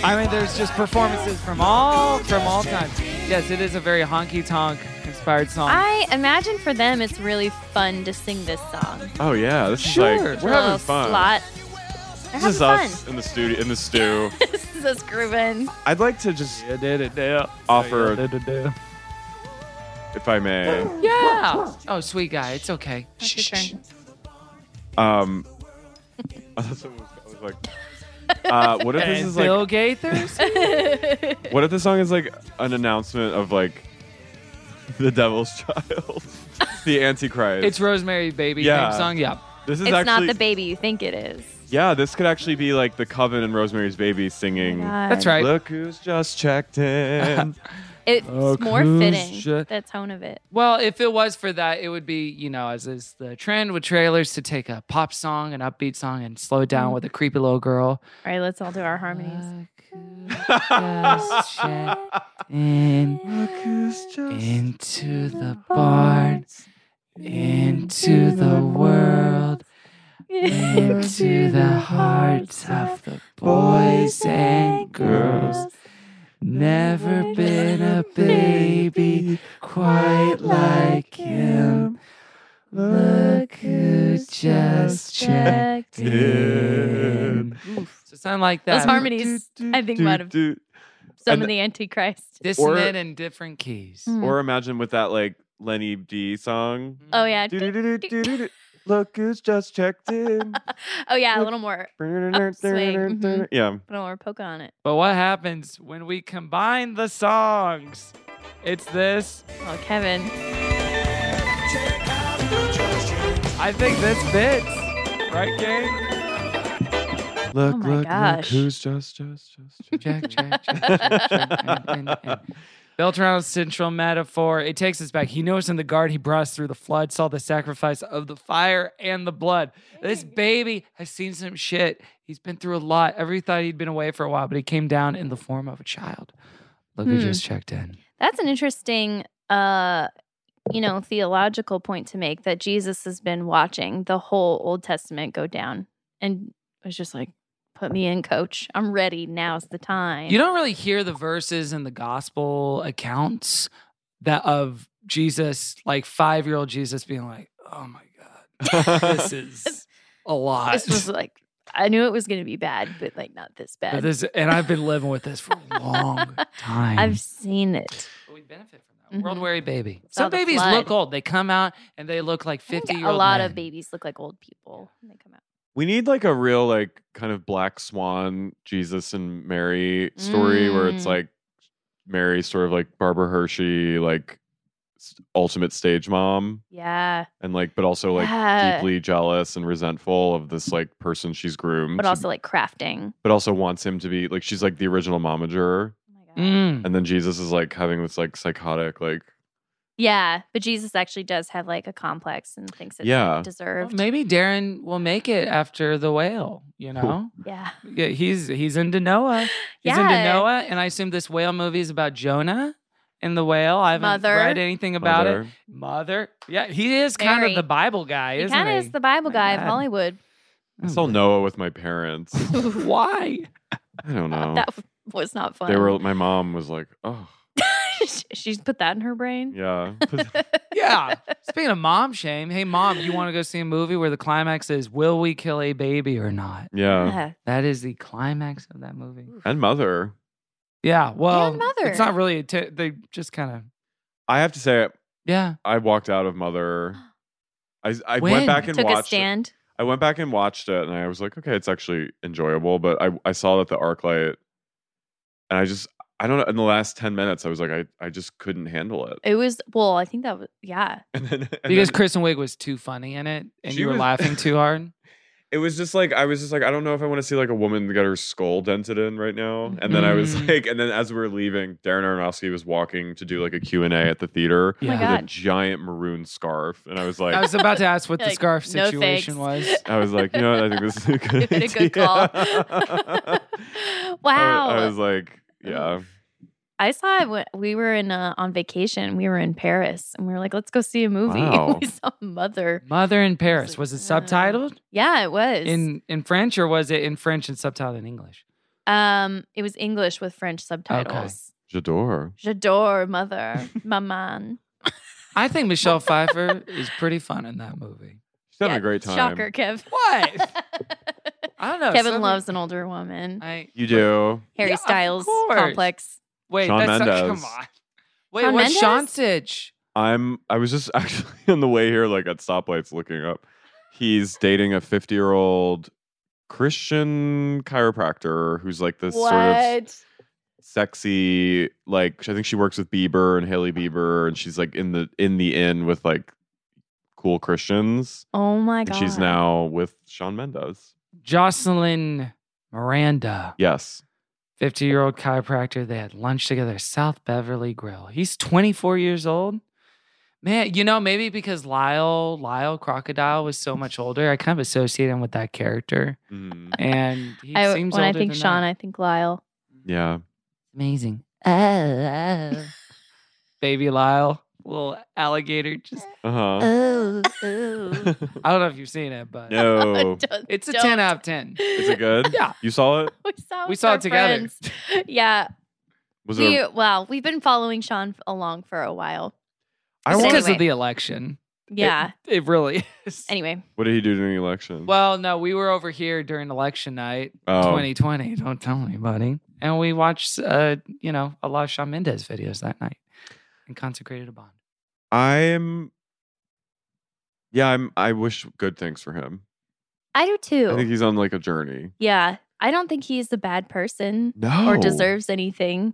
I mean, there's just performances from all from all time. Yes, it is a very honky tonk inspired song. I imagine for them it's really fun to sing this song. Oh yeah, this is Sure. like we're Little having fun. Slot. They're This is having us in the studio in the [laughs] stew. fun. [laughs] this is us grooving. I'd like to just offer, if I may, Yeah. Oh, sweet guy. It's okay. Shh, shh, shh. um, [laughs] I was I was like, uh, what if this And is Bill like, Gaithers? what if this song is like an announcement of like the Devil's Child, [laughs] the Antichrist? [laughs] it's Rosemary Baby Yeah. theme song. Yeah. This is it's not actually the baby you think it is. yeah. This could actually be like the Coven and Rosemary's Baby singing. God. That's right. Look who's just checked [laughs] in. It's Look more who's fitting ju- the tone of it. Well, if it was for that, it would be, you know, as is the trend with trailers to take a pop song, an upbeat song, and slow it down with a creepy little girl. All right, let's all do our harmonies. Just in, into the barn, into the world, into the hearts of the boys and girls. Never been a baby quite like him. Look who just checked in. So something like that. Those harmonies, I think, might have Dude. some And- of the Antichrist. Dissonant in different keys. Mm. Or imagine with that like Lenny D song. Oh yeah. [laughs] Do-do-do-do-do-do. Look who's just checked in. Oh yeah, a little more upswing. Mhm. Yeah. A little more poke on it. But what happens when we combine the songs? It's this. Oh, Kevin. I think this fits. Right, gang? Look, Oh look, my look, gosh. who's just, just, just, Check, check, check, check, check, and- and- and. Built around a central metaphor, it takes us back. He knows in the guard he brought us through the flood, saw the sacrifice of the fire and the blood. This baby has seen some shit. He's been through a lot. Every thought he'd been away for a while, but he came down in the form of a child. Look who Hmm. just checked in. That's an interesting uh you know, theological point to make that Jesus has been watching the whole Old Testament go down and was just like, put me in, coach. I'm ready. Now's the time. You don't really hear the verses in the gospel accounts that of Jesus, like five year old Jesus being like, oh my God, [laughs] this is a lot. this was like I knew it was gonna be bad, but like not this [laughs] But bad. this- and I've been living with this for [laughs] a long time. I've seen it. we benefit from that. World weary baby. Saw Some Mm-hmm. the babies flood. look old. They come out and they look like I think 50 year a old. lot of babies look like old people when they come out. We need like a real, like, kind of black swan Jesus and Mary story where it's Mm. like Mary, sort of like Barbara Hershey, like s- ultimate stage mom, Yeah. and like, but also like Yeah. deeply jealous and resentful of this like person she's groomed, But to- also like crafting. Oh but also wants him to be like, she's like the original momager. Mm. And then Jesus is like having this like psychotic, like, Yeah. But Jesus actually does have like a complex and thinks it's Yeah. like, deserved. Maybe Darren will make it after the whale, you know? yeah. Yeah, he's he's into Noah. He's into Yeah. Noah, and I assume this whale movie is about Jonah and the whale. I haven't Mother. read anything about Mother. it. Mother, yeah, he is kind Mary. of the Bible guy, He isn't kind of he? is the Bible guy of God. Hollywood. I saw Noah with my parents. [laughs] Why? I [laughs] don't know. That w- was not fun. Oh. [laughs] They were. My mom was like, "Oh, She- She's put that in her brain. [laughs] yeah." Yeah. Speaking of mom shame, hey mom, you want to go see a movie where the climax is will we kill a baby or not? Yeah, Yeah. That is the climax of that movie. and mother. Yeah. Well, Mother. it's not really. A t- they just kind of. I have to say, Yeah. I walked out of mother. I I When? went back and Took a watched. It. stand. I went back and watched it, and I was like, "Okay, it's actually enjoyable." But I I saw that the arc light, and I just I don't know. In the last ten minutes, I was like, I I just couldn't handle it. [laughs] It was well. I think that was yeah. And then and Because then- Kristen Wiig was too funny in it, and She you were was- [laughs] Oh laughing too hard. it was just like I was just like I don't know if I want to see like a woman that got her skull dented in right now. And then I was like, and then as we were leaving, Darren Aronofsky was walking to do like a Q and A at the theater Yeah. Oh my with a God. giant maroon scarf, and I was like, I was about to ask what the [laughs] Like, scarf no situation was. [laughs] I was like, you know, what? I think this is a good, Good- good [laughs] call. idea. [laughs] wow. I, I was like, yeah, I saw it when we were in uh, on vacation. We were in Paris, and we were like, "Let's go see a movie." [laughs] Wow. we saw Mother. Mother in Paris. Was it subtitled Yeah, it was. in in French or was it in French and subtitled in English? um, it was English with French subtitles. J'adore. J'adore [laughs] Mother, Maman. I [laughs] think Michelle Pfeiffer is pretty fun in that movie. She's having a great time. Shocker, Kev. What? [laughs] [laughs] I [laughs] don't know. Kevin some- loves an older woman. I, You do. Harry Yeah, of Styles course. complex. Wait, Shawn that's not- Mendes. come on. Wait, Shawn what's Mendes? Shonsage? I'm. I was just [laughs] actually on the way here, like at stoplights, looking up. He's dating a 50 year old Christian chiropractor who's like this sort of sexy, like I think she works with Bieber and Haley Bieber, and she's like in the in the inn with like cool Christians. Oh my And god. she's now with Sean Mendes. Jocelyn Miranda, Yes. 50 year old chiropractor. They had lunch together at South Beverly Grill. He's 24 years old. Man, you know, maybe because Lyle, Lyle Crocodile was so much older, I kind of associate him with that character. Mm-hmm. Mm, [laughs] And he I, seems when I older think than Sean, that. I think [laughs] Lyle. yeah. amazing. Oh, [laughs] Baby Lyle, little alligator. Just Uh [laughs] huh. Oh, oh. [laughs] I don't know if you've seen it, but No. it's a 10 out of 10. Is [laughs] it good? Yeah. You saw it? We saw, We with saw our it together. friends. [laughs] yeah. Was it? we, a- well, we've been following Sean f- along for a while. I It's want. because anyway. of the election. It- Yeah. It, really is. Anyway, What did he do during the election? Well, no, we were over here during election night Oh. 2020. Don't tell anybody. And we watched, uh, you know, a lot of Shawn Mendes videos that night and consecrated a bond. I'm. Yeah, I'm. I wish good things for him. I do too. I think he's on like a journey. yeah. I don't think he's a bad person No. or deserves anything.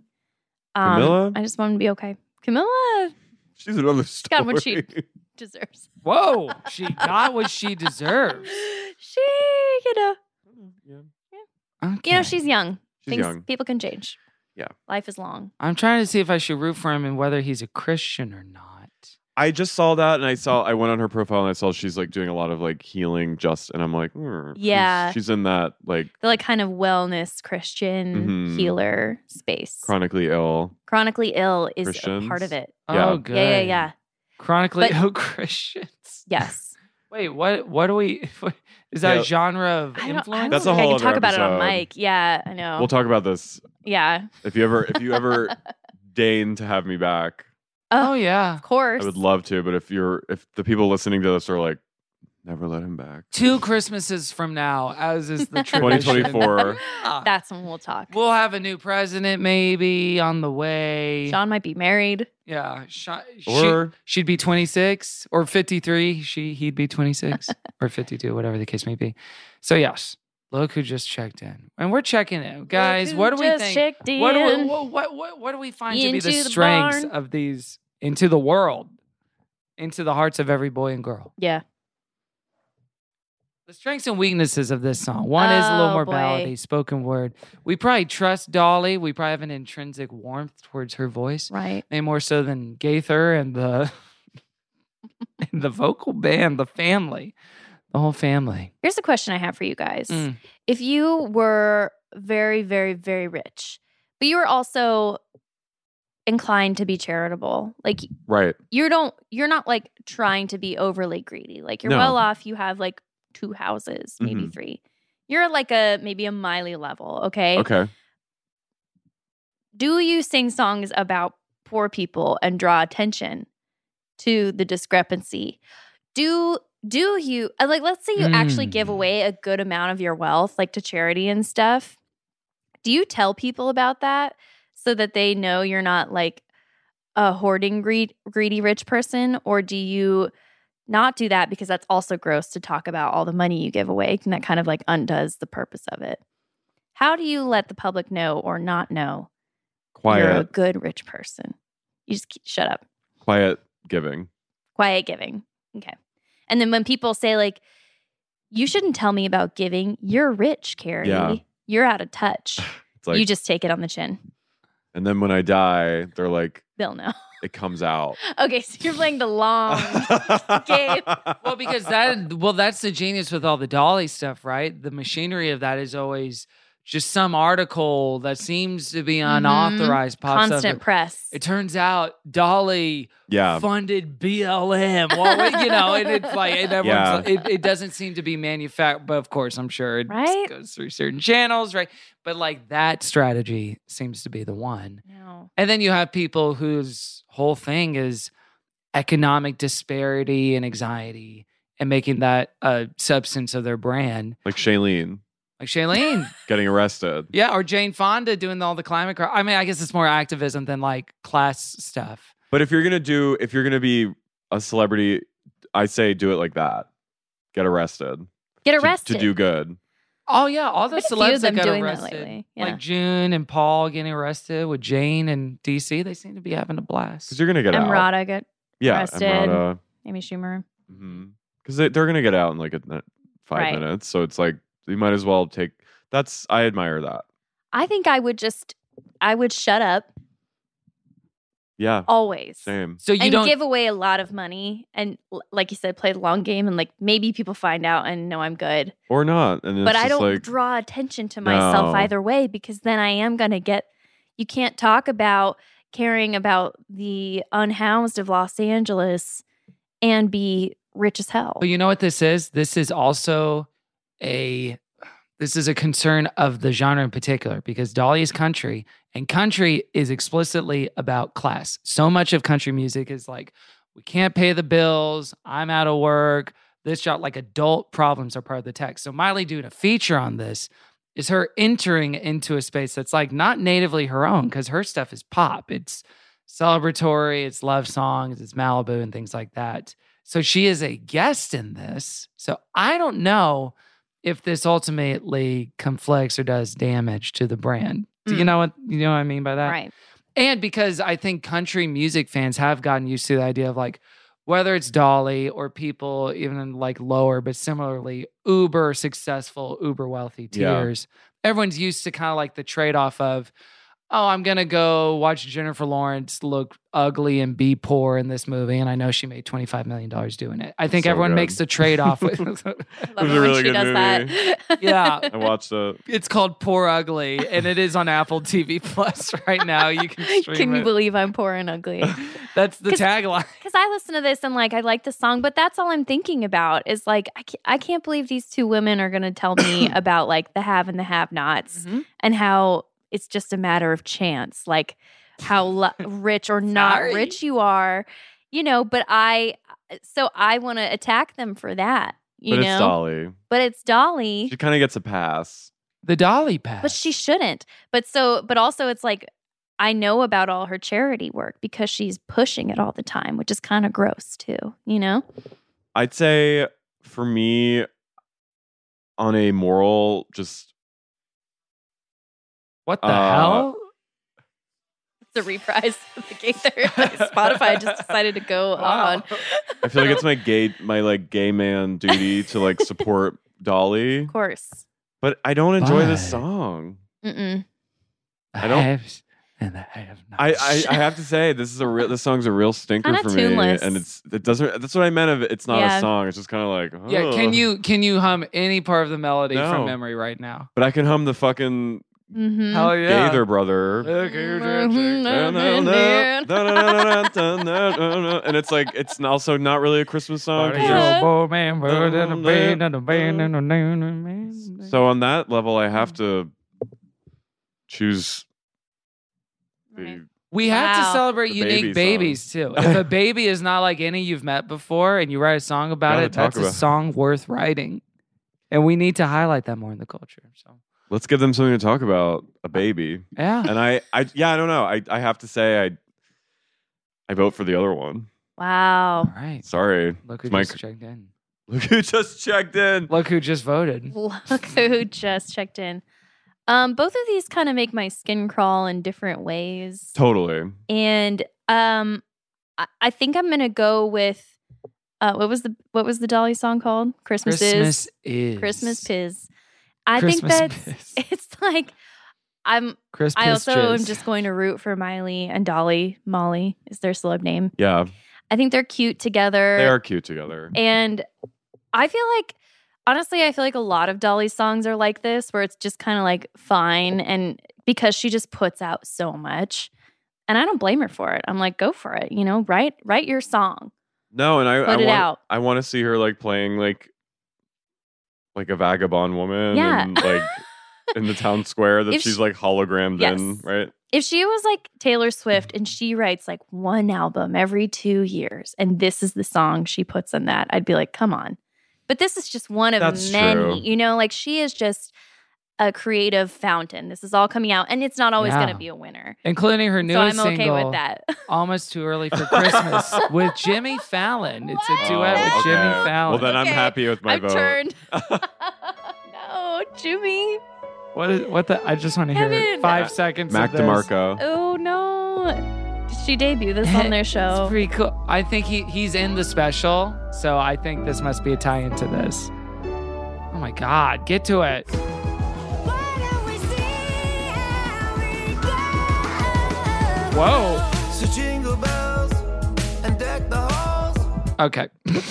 Um, Camilla? I just want him to be okay. Camilla [laughs] She's another story. got what she deserves. Whoa, she got what she deserves. [laughs] She, you know, [laughs] yeah. Okay. you know, she's young. She's Things, young. People can change. Yeah. Life is long. I'm trying to see if I should root for him and whether he's a Christian or not. I just saw that and I saw I went on her profile and I saw she's like doing a lot of like healing just and I'm like "Hmm, she's- Yeah. she's, in that like The like kind of wellness Christian Mhm. healer space. chronically ill Chronically ill is a part Christians? of it. Yeah. Oh, good. Yeah, yeah, yeah. Chronically But- ill [laughs] Christians. Yes. Wait, what? What do we? What, is that Yeah. a genre of I don't, influence? I don't That's a think whole I can talk other about it on episode. mic. Yeah, I know. We'll talk about this yeah. if you ever if you [laughs] ever deign to have me back oh yeah, Of course. I would love to but if you're if the people listening to this are like never let him back two Christmases from now, as is [laughs] the tradition. 2024 Ah, That's when we'll talk. We'll have a new president maybe on the way. Sean might be married. Yeah, Sean, or she, would be 26 or 53. She he'd be [laughs] 26 or 52, whatever the case may be. So yes, look who just checked in, and we're checking in, guys. Look What who do we just think? checked What do we, in. what, what, what, what do we find to be the Into the strengths barn. of these into the world, into the hearts of every boy and girl? Yeah. The strengths and weaknesses of this song. One is a little Oh, more boy. ballady, spoken word. We probably trust Dolly. We probably have an intrinsic warmth towards her voice, Right. maybe more so than Gaither and the [laughs] and the vocal band, the family, the whole family. Here's a question I have for you guys. Mm. If you were very, very, very rich, but you were also inclined to be charitable, like right you don't you're not like trying to be overly greedy. Like you're No. well off, you have like two houses, maybe Mhm. three. You're like a maybe a Miley level, okay? okay do you sing songs about poor people and draw attention to the discrepancy do do you uh, like let's say you actually give Mm. away a good amount of your wealth like to charity and stuff do you tell people about that so that they know you're not like a hoarding greed, greedy rich person or do you not do that because that's also gross to talk about all the money you give away and that kind of like undoes the purpose of it how do you let the public know or not know you're a quiet good rich person. You just keep, shut up. quiet giving Quiet giving. Okay. And then when people say like You shouldn't tell me about giving. You're rich, Carrie. Yeah. You're out of [laughs] touch. It's like, you just take it on the chin. and then when I die, they're like, They'll know. [laughs] it comes out. Okay, so you're playing [laughs] the long game. well, because that well, that's the genius with all the dolly stuff, right? The machinery of that is always just some article that seems to be unauthorized pops up. Mm-hmm. Constant press. It turns out Dolly Yeah. funded BLM. Well, we- you know, and it's like and everyone's, Yeah. it, it doesn't seem to be manufactured, but of course, I'm sure it Right? goes through certain channels, right? But like that strategy seems to be the one. No. And then you have people whose whole thing is economic disparity and anxiety and making that a substance of their brand, Like Shailene [laughs] like Shailene. getting arrested. yeah, or Jane Fonda doing all the climate. Cr- I mean, I guess it's more activism than like class stuff. But if you're gonna do, if you're gonna be a celebrity, I say do it like that. Get arrested. Get to- arrested. to, do good. Oh yeah, all the Quite a few celebs of that them got doing that arrested, lately. Yeah. like June and Paul getting arrested with Jane and DC, they seem to be having a blast. Because you're gonna get out. Emrata got Yeah, arrested. Emrata. Amy Schumer. Because Mm-hmm. they, they're gonna get out in like a, n- five Right. minutes. So it's like you might as well take. That's I admire that. I think I would just, I would shut up Yeah. always. Same. So you and don't give away a lot of money, and l- like you said, play the long game, and like maybe people find out and know I'm good. or not. And it's but I just don't like, draw [laughs] attention to myself No. either way because then I am going to get. You can't talk about caring about the unhoused of Los Angeles and be rich as hell. But you know what this is? This is also a this is a concern of the genre in particular because Dolly is country and country is explicitly about class. So much of country music is like we can't pay the bills, I'm out of work, this job like adult problems are part of the text. So Miley doing a feature on this is her entering into a space that's like not natively her own because her stuff is pop. It's celebratory, it's love songs, it's Malibu and things like that. So she is a guest in this. So I don't know if this ultimately conflicts or does damage to the brand. Do you Mm. know what you know what I mean by that? right. And because I think country music fans have gotten used to the idea of like whether it's Dolly or people even like lower, but similarly uber successful, uber wealthy Yeah. tiers. Everyone's used to kind of like the trade off of, oh, I'm gonna go watch Jennifer Lawrence look ugly and be poor in this movie, and I know she made twenty five million dollars doing it. I think So everyone good. makes the trade [laughs] off with, [laughs] it was a really good movie. yeah. [laughs] I watched it. It's called Poor Ugly, and it is on Apple TV Plus [laughs] right now. You can [laughs] stream Can you it. believe I'm poor and ugly? [laughs] [laughs] That's the 'Cause- tagline. Because I listen to this and like I like the song, but that's all I'm thinking about is like I can't, I can't believe these two women are going to [coughs] tell me about like the have and the have-nots Mm-hmm. and how it's just a matter of chance, like how lo- [laughs] rich or not Sorry. rich you are, you know. But I, uh, so I want to attack them for that, you but know. it's Dolly. But it's Dolly. She kind of gets a pass. The Dolly pass. But she shouldn't. But so, but also, it's like I know about all her charity work because she's pushing it all the time, which is kind of gross too, you know? I'd say for me, on a moral, just what the Uh, hell? It's a reprise [laughs] of the Gaither. Spotify just decided to go on. [laughs] I feel like it's my gay, my like gay man duty to like [laughs] support Dolly. Of course. But I don't enjoy But- this song. Mm-mm. I don't. Haves and I have not. I, I, [laughs] I have to say this is a real this song's a real stinker Kinda for me, tuneless. and it's it doesn't. That's what I meant of it. It's not Yeah. a song. It's just kind of like yeah, can ugh. you can you hum any part of the melody No. from memory right now? But I can hum the fucking Mm-hmm. Hell yeah. Gaither brother. [laughs] and it's like it's also not really a Christmas song. 'cause there's- Mm-hmm. So on that level, I have to choose. The, We have to Wow. celebrate The unique baby babies too. [laughs] If a baby is not like any you've met before and you write a song about Gotta it, talk that's a about- song worth writing. And we need to highlight that more in the culture. So let's give them something to talk about. A [laughs] baby, yeah. and I, I yeah, I don't know. I, I have to say, I, I vote for the other one. All Wow. right. Sorry, Look who It's my just cr- checked in. [laughs] look who just checked in. Look who just voted. Look who just checked in. Um, both of these kind of make my skin crawl in different ways. Totally. And um, I, I think I'm going to go with Uh, what was the what was the Dolly song called? Christmas, Christmas is, is. Christmas Piz. I Christmas think that's [laughs] it's like I'm. Christmas I also am jizz. just going to root for Miley and Dolly. Molly is their celeb name. Yeah, I think they're cute together. they are cute together. And I feel like, honestly, I feel like a lot of Dolly's songs are like this, where it's just kind of like fine. And because she just puts out so much, and I don't blame her for it. I'm like, go for it. You know, write write your song. No, and I Put I it want out. I want to see her like playing like like a vagabond woman Yeah. and like in the town square that If she's she- like hologrammed in, Yes. right? If she was like Taylor Swift Mm-hmm. and she writes like one album every two years, and this is the song she puts on that, I'd be like, come on. But this is just one of That's many. true. You know, like she is just a creative fountain. This is all coming out, and it's not always Yeah. going to be a winner. including her so I'm newest okay single, with that. [laughs] "Almost Too Early for Christmas" with Jimmy Fallon. It's a duet with Oh, Jimmy okay. Fallon. Well, then I'm happy with my I've vote. [laughs] turned. [laughs] no, Jimmy. What is what the? I just want to hear Kevin. five seconds. Mac of this. [laughs] DeMarco. Oh no. She debuted this [laughs] on their show. It's pretty cool. I think he he's in the special, so I think this must be a tie-in to this. Oh my God, get to it! Whoa. So jingle bells and deck the halls. Okay. [laughs]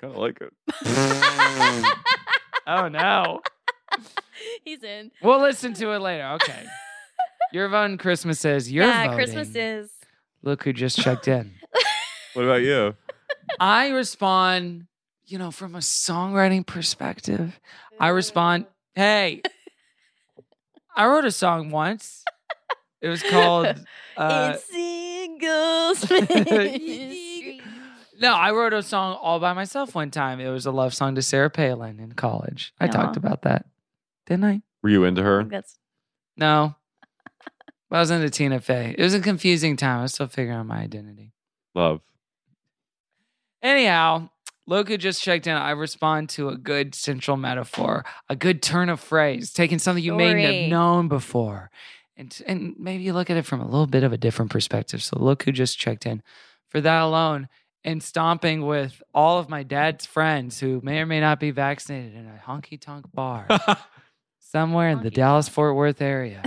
Kind of like it. [laughs] oh no. [laughs] He's in. We'll listen to it later. Okay. Your voting Christmas [laughs] is your yeah, voting. Ah, Christmas is. Look who just checked in. What about you? I respond, you know, from a songwriting perspective, I respond, hey, I wrote a song once. It was called. Uh, [laughs] [laughs] it's singles. Ministry. no, I wrote a song all by myself one time. It was a love song to Sarah Palin in college. I talked Aw. about that, didn't I? Were you into her? That's [laughs] No. I was into Tina Fey. It was a confusing time. I was still figuring out my identity. Love. Anyhow, Loku just checked in. I respond to a good central metaphor, a good turn of phrase, taking something you may Story. have known before, and and maybe you look at it from a little bit of a different perspective. So look who just checked in for that alone, and stomping with all of my dad's friends who may or may not be vaccinated in a honky [laughs] tonk bar somewhere in the Dallas Fort Worth area.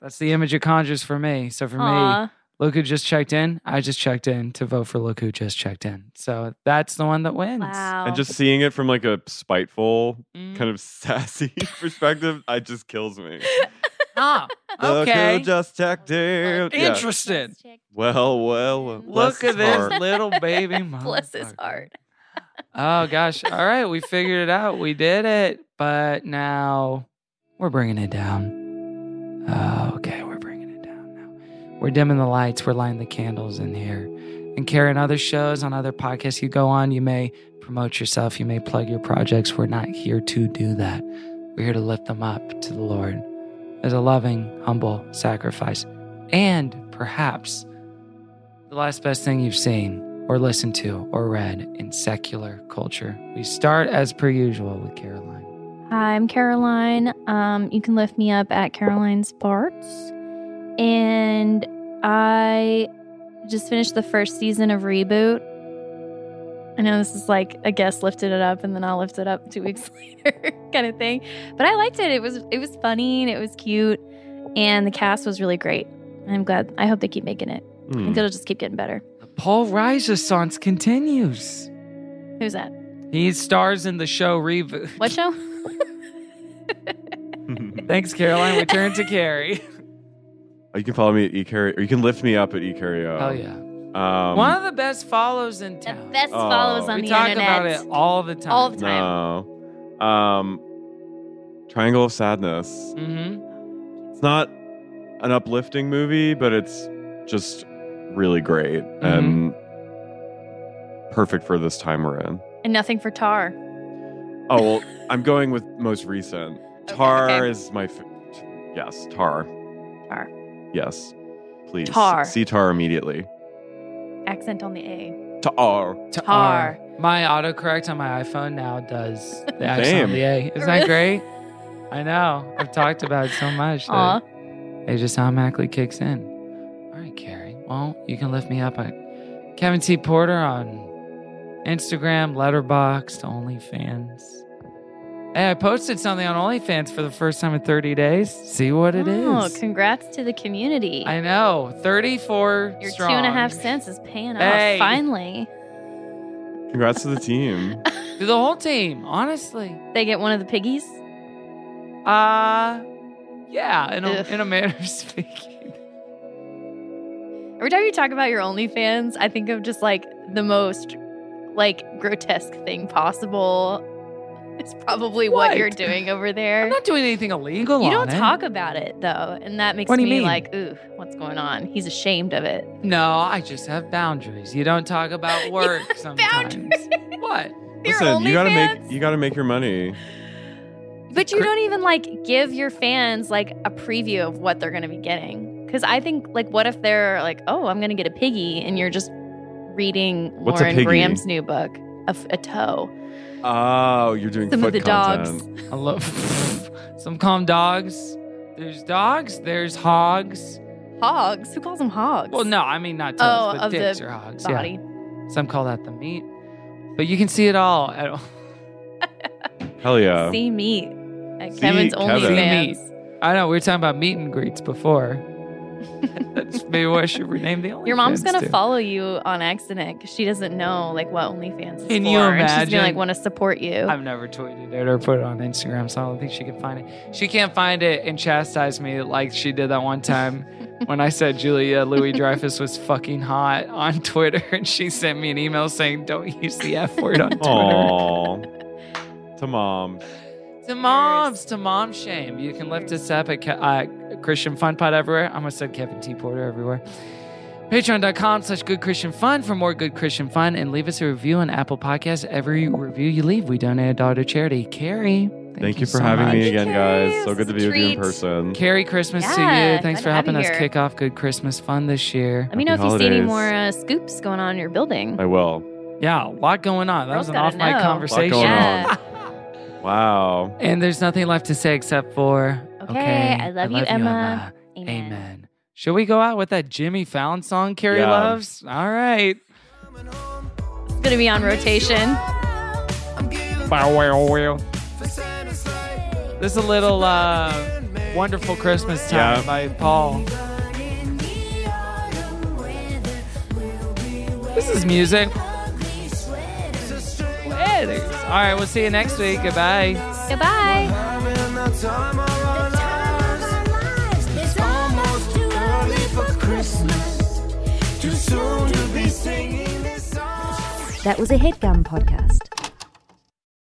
That's the image it conjures for me. So for me, Aw. look who just checked in. I just checked in to vote for look who just checked in. So that's the one that wins. wow. And just seeing it from like a spiteful, Mm-hmm. kind of [laughs] sassy perspective, it just kills me. [laughs] Ah, Look who okay. just checked in. Yeah. Interested. Well, well. well, bless Look at his this [laughs] heart. little baby. mother- [laughs] Bless his heart. Oh gosh. All right, we figured it out. We did it. But now we're bringing it down. Oh, okay, we're bringing it down now. We're dimming the lights. We're lighting the candles in here. And Karen, other shows on other podcasts you go on, you may promote yourself. You may plug your projects. We're not here to do that. We're here to lift them up to the Lord as a loving, humble sacrifice. And perhaps the last best thing you've seen or listened to or read in secular culture. We start as per usual with Caroline. Hi, I'm Caroline. Um, you can lift me up at Caroline's Parts. And I just finished the first season of Reboot. I know this is like a guest lifted it up and then I'll lift it up two [laughs] weeks later kind of thing. But I liked it. It was it was funny and it was cute. And the cast was really great. I'm glad I hope they keep making it. Hmm. [laughs] I Hmm. think it'll just keep getting better. Paul Reisessance continues. Who's that? He stars in the show Reboot. What show? [laughs] Thanks, Caroline. We turn [laughs] to Carrie. Oh, You can follow me at eCarry, or you can lift me up at eCarry. Oh, yeah. Um, One of the best follows in town. Best Oh. follows on we the talk internet. about it all the time. All the No. Um, Triangle of Sadness. Mm-hmm. It's not an uplifting movie, but it's just really great Mm-hmm. and perfect for this time we're in. And nothing for Tar. Oh, well, I'm going with most recent. Tar okay. is my. F- yes, Tar. Tar. Yes. Please. Tar. See Tar immediately. Accent on the A. Tar. To Tar. R. My autocorrect on my iPhone now does the accent Same. on the A. Isn't that great? I know. I've talked about it so much. that Aw. It just automatically kicks in. All right, Carrie. Well, you can lift me up at Kevin T. Porter on Instagram, Letterboxd, OnlyFans. Hey, I posted something on OnlyFans for the first time in 30 days. See what it is. Oh, congrats to the community. I know. 34 Your strong. two and a half cents is paying Hey. off finally. Congrats to the [laughs] team. To the whole team, honestly. They get one of the piggies. Uh yeah, in a, Ugh. in a manner of [laughs] speaking. Every time you talk about your OnlyFans, I think of just like the most like grotesque thing possible. It's probably what, What? you're doing over there. I'm not doing anything illegal you on don't it. talk about it though, and that makes What do you me mean? like, ooh, what's going on? He's ashamed of it. No, I just have boundaries. You don't [laughs] talk about work sometimes. What? Listen, you gotta make you gotta make your money. But you don't even like give your fans like a preview of what they're going to be getting. Cuz I think like what if they're like, "Oh, I'm going to get a piggy," and you're just reading What's a Lauren piggy? Graham's new book, a, f- a toe. Oh, you're doing Some of foot the dogs. content. I love [laughs] some calm dogs. There's dogs. There's hogs. Hogs? Who calls them hogs? Well, no, I mean not toes, Oh, but of dicks the or hogs. body. Yeah. Some call that the meat. But you can see it all. At, Hell yeah. See me at See Kevin's Kevin. only See OnlyFans. meat. I know we were talking about meet and [laughs] greets before. That's maybe what I should rename the only. Your mom's gonna follow you on accident because she doesn't know like what OnlyFans is Can for, you and she's imagine? gonna like want to support you. I've never tweeted it or put it on Instagram, so I don't think she can find it. She can't find it and chastise me like she did that one time when I said Julia Louis Dreyfus was fucking hot on Twitter, and she sent me an email saying, "Don't use the f word on Twitter." Aww. [laughs] to mom. To moms, to mom shame. You can lift us up at Ke- uh, Christian Fun Pod everywhere. I almost said Kevin T. Porter everywhere. Patreon.com slash Good Christian Fun for more Good Christian Fun and leave us a review on Apple Podcasts. Every review you leave, we donate a dollar to charity. Carrie, thank, Thank, you for so having much. me again, guys. So good to be with you in treat. person. Carrie, Christmas to Yeah, you. glad Thanks for to have helping you us here. kick off Good Christmas Fun this year. Let me know if you see any more uh, scoops going on in your building. I will. Yeah, a lot going on. That Girls was an gotta off mic know. conversation. Lot going Yeah. Wow. And there's nothing left to say except for Okay, I love you, Emma. Amen. Should we go out with that Jimmy Fallon song Carrie Yeah. loves? All right. It's gonna be on rotation. Bow, wow, wow. This is a little uh, wonderful Christmas time Yeah. by Paul. This is music. Weathers. All right, we'll see you next week. Goodbye. Goodbye. It's almost too early for Christmas. Too soon to be singing this song. That was a headgum podcast.